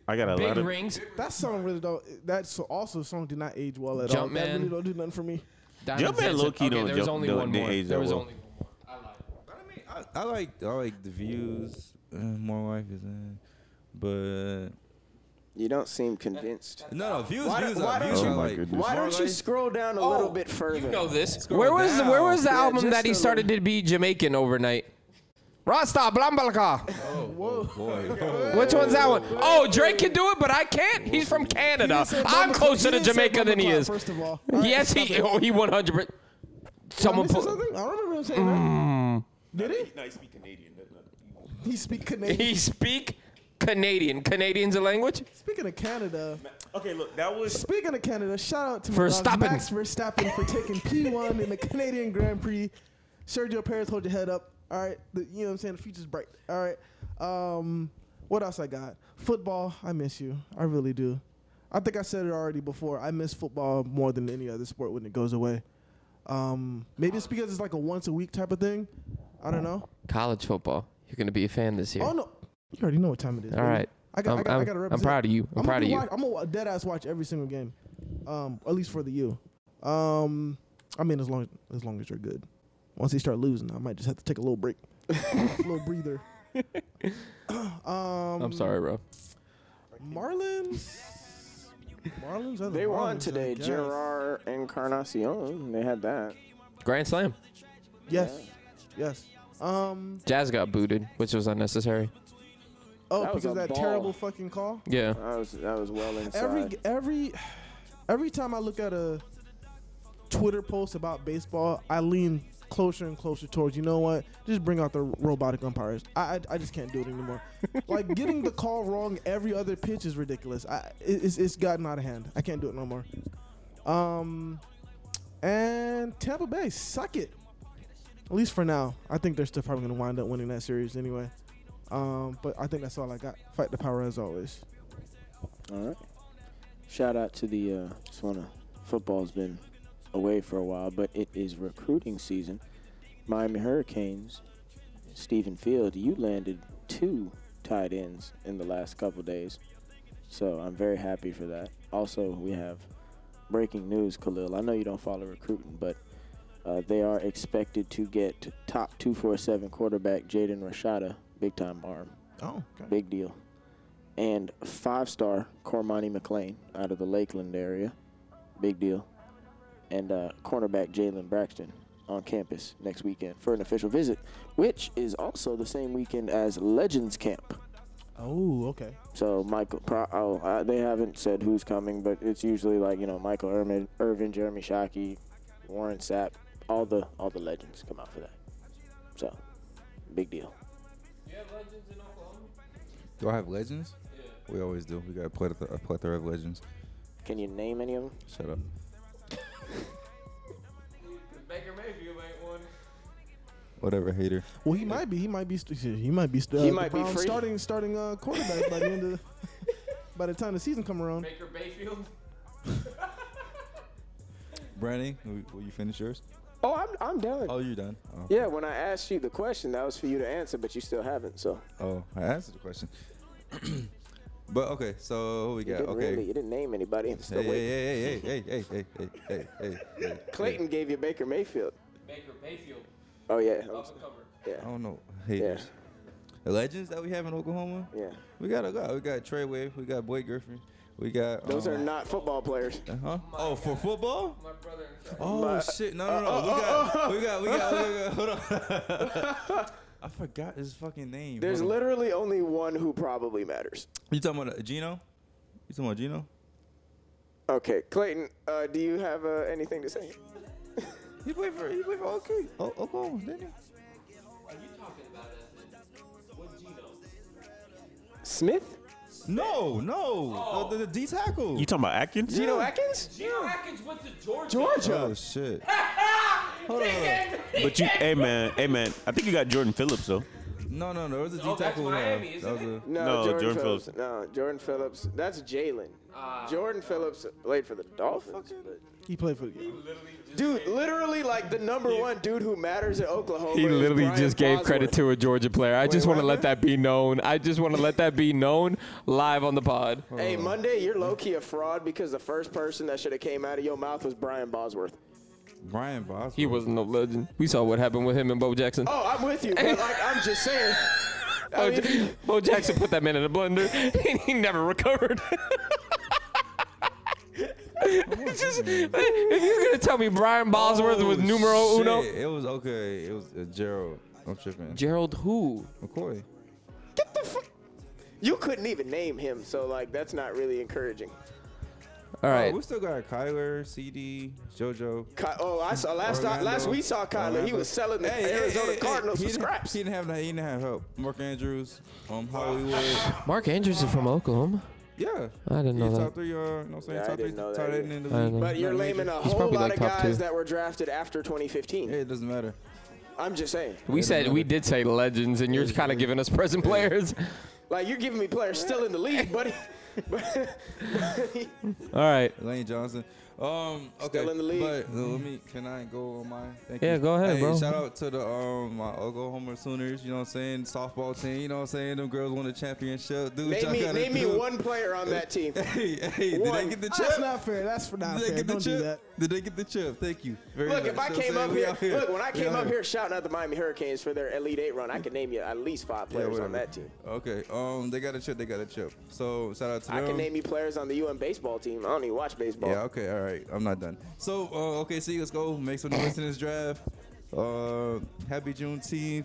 I got a Big lot of. Rings, That song really don't. That so also song did not age well at all. That Jumpman. really don't do nothing for me. Diamonds Jumpman Dancing. low-key Okay, don't there was jump- only don't- one didn't more. age There that was well. only one more. I lied. I, I like I like the views. Uh, more wife is in, but You don't seem convinced. no, no views. Why don't- views why are don't views. you- are Oh my like, goodness. Why more don't you like- scroll down a Oh, little bit further? You know this. Scroll where was down. where was the Oh, Yeah, album just that he a started to be Jamaican overnight? Rasta Blambalaka. Oh, boy. Which one's that one? Oh, Drake can do it, but I can't. He's from Canada. He didn't say I'm Bumba- closer he to didn't say Jamaica than he Bumba Clock, is. First of all, Yes, he. Oh, he 100. percent Someone Missing put. something? I don't remember him saying Mm. that. Did he? No, he speak Canadian. That's not- He speak [LAUGHS] Canadian. He speak Canadian. Canadian's a language. Speaking of Canada, Okay, look, that was. speaking of Canada, shout out to my Verstappen. dog Max Verstappen for taking P1 in the Canadian Grand Prix. Sergio Perez, hold your head up. All right, the, you know what I'm saying. The future's bright. All right. Um, what else I got? Football. I miss you. I really do. I think I said it already before. I miss football more than any other sport when it goes away. Um, maybe it's because it's like a once a week type of thing. I don't know. College football. You're gonna be a fan this year. Oh no, you already know what time it is. All baby. right. I got. I'm, I got. I'm, I got to I'm represent. proud of you. I'm, proud of you. Watch, I'm gonna dead ass watch every single game, um, at least for the U. Um, I mean, as long as long as you're good. Once they start losing, I might just have to take a [LAUGHS] little break, a little breather. um, I'm sorry, bro. Marlins. Marlins. Are the They won Marlins, I today. guess. Gerard Encarnacion. They had that. Grand Slam. Yes. Yes. Um. Jazz got booted, which was unnecessary. Oh, That was because of a that ball. terrible fucking call. Yeah. That was that was well inside. every every every time I look at a Twitter post about baseball, I lean closer and closer towards you know what? Just bring out the robotic umpires. I I, I just can't do it [LAUGHS] anymore. like getting the call wrong every other pitch is ridiculous. I it- it's it's gotten out of hand. I can't do it no more. Um, and Tampa Bay suck it. At least for now, I think they're still probably going to wind up winning that series anyway. Um, but I think that's all I got. Fight the power as always. All right. Shout out to the uh, just wanna football's been away for a while, but it is recruiting season. Miami Hurricanes, Stephen Field, you landed two tight ends in the last couple days, so I'm very happy for that. Also, we have breaking news, Khalil. I know you don't follow recruiting, but uh, they are expected to get top 247 quarterback Jaden Rashada, big time arm Oh, okay. big deal. And five star Cormani McLean out of the Lakeland area, big deal. And uh, cornerback Jalen Braxton on campus next weekend for an official visit, which is also the same weekend as Legends Camp. Oh, okay. So Michael, pro, oh, uh, they haven't said who's coming, but it's usually like you know Michael Irvin, Irvin Jeremy Shockey, Warren Sapp, all the all the legends come out for that. So big deal. Do I have legends? We always do. We got a plethora, a plethora of legends. Can you name any of them? Shut up. Baker Mayfield ain't one. Whatever, hater. Well, he might be. He might be. St- shit, he might be. St- uh, He the might be Browns free. starting starting uh, quarterback by the [LAUGHS] end of. [LAUGHS] By the time the season come around, Baker Mayfield. Brandy, will, will you finish yours? Oh, I'm I'm done. Oh, you're done. Oh, Yeah, when I asked you the question, that was for you to answer, but you still haven't. So oh I answered the question. [CLEARS THROAT] but okay, so who we you got? didn't Okay. really, you didn't name anybody. I'm still Hey, waiting. hey, hey, hey, hey, hey, hey, hey, hey, hey, hey, hey. Clayton gave you Baker Mayfield. Baker Mayfield. Oh yeah, I'm- I yeah, don't know. yeah, Haters. The legends that we have in Oklahoma? yeah. We got a lot. We got Trey Wave. We got Boy Griffin. We got. Those um, are not football players. Huh? Oh, for football? My brother. Oh shit! No, no, no. we, got, we got, we got, we got, Hold on. I forgot his fucking name. There's Uh-huh. Hold on. literally only one who probably matters. You talking about uh, Gino? You talking about Gino? Okay, Clayton, uh, do you have uh, anything to say? He played for, he played for OK, O- Oklahoma, didn't he? Are you talking about us? What Gino? Smith, Oh. No, no. The, the, the D tackle. You talking about Atkins? Geno Atkins. Gino Atkins went to Georgia. oh [LAUGHS] shit. Hold on. But you, hey man, hey man. I think you got Jordan Phillips though. No, no, no. It was a D Oh, that's tackle. Miami, no. isn't that was a, No, No, Jordan, Jordan Phillips. No, Jordan Phillips. That's Jalen. Jordan Phillips played for the Dolphins. Oh. but- he played for the game. Dude, literally, like the number one dude who matters at Oklahoma. He is literally Brian just gave Bosworth. credit to a Georgia player. I just what want to let happened? that be known. I just want to let that be known live on the pod. Hey, Monday, you're low key a fraud because the first person that should have came out of your mouth was Brian Bosworth. Brian Boswell. He wasn't no legend. We saw what happened with him and Bo Jackson. Oh, I'm with you, but like I'm just saying. I Bo, Ja- mean, Bo Jackson put that man in a blender, [LAUGHS] and he never recovered. [LAUGHS] It's just- if you're gonna tell me Brian Bosworth was Oh, numero uno, shit, It was okay. It was uh, Gerald. I'm tripping. Gerald who? McCoy. you couldn't even name him, so like that's not really encouraging. All right, Oh, we still got Kyler, CD, JoJo. Ky- oh, I saw last Orlando. last we saw Kyler, he Orlando. was selling the Hey, hey, Arizona hey, hey, Cardinals he for didn't- scraps. He didn't have he didn't have help. Mark Andrews, um, [LAUGHS] Hollywood. Mark Andrews is from Oklahoma. Yeah, I didn't know he's that. top three. Uh, you know what I'm saying? Yeah, I top three didn't know that tight either. end in the I league. know. But you're Not laming major. a He's whole probably, lot like, of top guys two. that were drafted after 2015. Yeah, it doesn't matter. I'm just saying. We said we did say legends, and you're kind of giving us present players. [LAUGHS] [LAUGHS] Like you're giving me players still in the league, buddy. All right. Lane Johnson. Um, okay, Still in the league. But uh, let me. Can I go on my? Thank Mm-hmm. Yeah, you. go ahead, hey, bro. Shout out to the um my Oklahoma Sooners. You know what I'm saying? Softball team. You know what I'm saying? Them girls won a championship. Dude, Name y'all me, gotta name me do it. one player on that team. [LAUGHS] Hey, hey, did One. Ah, they get the That's chip? not fair. That's for not did they fair. get the Don't do that. chip? Did they get the chip? Thank you. Very Look, much. if I You know what came I'm up saying? We here, out look, when I We came out up here. here shouting out the Miami Hurricanes for their Elite Eight run, I could name you at least five Yeah, players on whatever. that team. Okay, um, they got a chip. They got a chip. So shout out to I them. can name you players on the UM baseball team. I don't even watch baseball. Yeah. Okay. All right. I'm not done. So uh, okay. See, let's go make some noise in this draft. Uh, happy Juneteenth.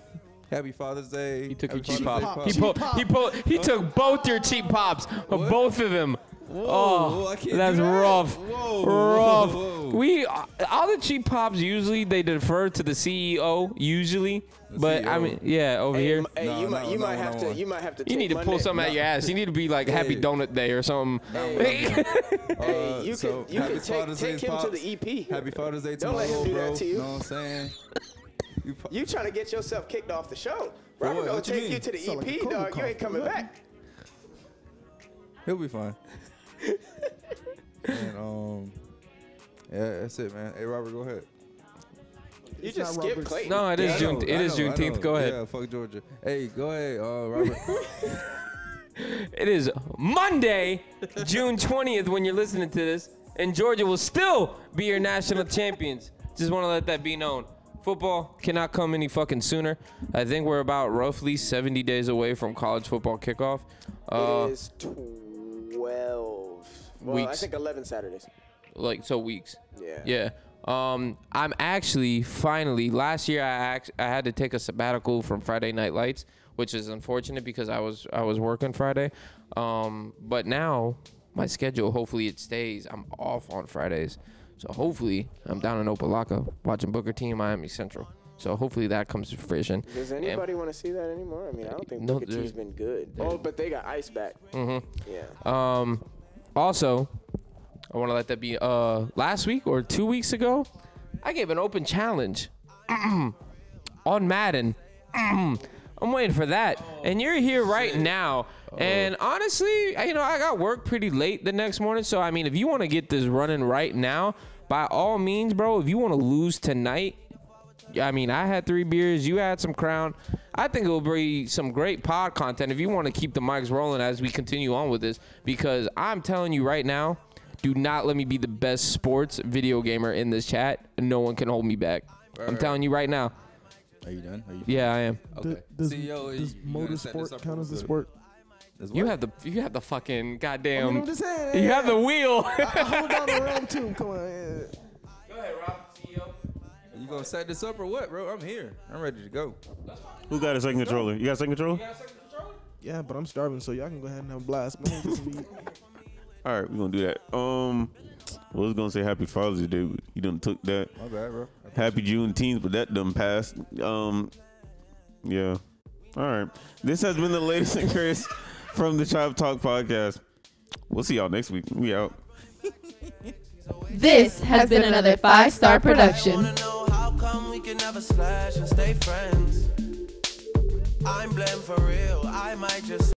Happy Father's Day. He took your happy cheap Father's Day pop. He Cheap pulled. pop. He pulled. He took both your cheap pops. Both of them. whoa, oh, I can't that's do that. rough. Whoa, rough. whoa. We all the cheap pops usually they defer to the CEO usually, but I CEO. mean yeah over Hey, here. m- hey, No, you might, no, you no, might have no, to, no. you might have to. you take need to Monday- pull something out your ass. You need to be like Happy Yeah. Donut Day or something. [LAUGHS] Uh, Hey, you could- you could take- take him to the E EP. Happy Father's Day Don't tomorrow, let him do that bro. to you. know what I'm saying? You po- You trying to get yourself kicked off the show? Robert what? gonna What you take mean? you to the Sound like a EP, Cobra dog. You Kai. ain't coming What? back. He'll be fine. and um, yeah, that's it, man. Hey, Robert, go ahead. You It's just not skip Robert's- Clayton. No, it is I June. know, It I is know, I know. Juneteenth. Go ahead. Yeah, fuck Georgia. Hey, go ahead, uh, Robert. It is Monday, June 20th, when you're listening to this, and Georgia will still be your national champions. Just want to let that be known. Football cannot come any fucking sooner. I think we're about roughly 70 days away from college football kickoff. Uh, It is twelve. Well, I Weeks. think eleven Saturdays. like so weeks. Yeah. Yeah. Um, I'm actually finally last year I act, I had to take a sabbatical from Friday Night Lights, which is unfortunate because I was I was working Friday. Um, but now my schedule hopefully it stays. I'm off on Fridays, so hopefully I'm down in Opelika watching Booker T and Miami Central. So hopefully that comes to fruition. Does And- anybody want to see that anymore? I mean, I don't think No, Booker they're- T's been good. Oh, but they got Ice back. Mm-hmm. Yeah. Um, also, I want to let that be. Uh, last week or two weeks ago, I gave an open challenge [CLEARS THROAT] on Madden. [CLEARS THROAT] I'm waiting for that, and you're here right now. And honestly, I- you know, I got work pretty late the next morning, so I mean, if you want to get this running right now, by all means, bro. If you want to lose tonight, I mean, I had three beers. You had some Crown. I think it'll be some great pod content if you want to keep the mics rolling as we continue on with this. Because I'm telling you right now, do not let me be the best sports video gamer in this chat. No one can hold me back. I'm Alright. telling you right now. Are you done? Are you? Yeah, I am. Uh, Okay. E Does, See, yo, does you gonna set this motorsport up count real as a good? [LAUGHS] sport? As You what? have the you have the fucking I mean, I'm goddamn. just saying. You yeah, have the wheel. I hold down the realm too. Come on. yeah. You gonna set this up or what, bro? I'm here. I'm ready to go. Who got a second controller? You got a second controller? Yeah, but I'm starving, so y'all can go ahead and have a blast. man. This will be- All right, we're gonna do that. Um, I was gonna say Happy Father's Day. You done took that. My bad, bro. I think- Happy Juneteenth, but that done passed. Um, yeah. All right. This has been the latest and greatest from the Chop Talk podcast. We'll see y'all next week. We out. This has been another five star I production. wanna know how come we can never slash and stay friends. I'm blamed for real. I might just.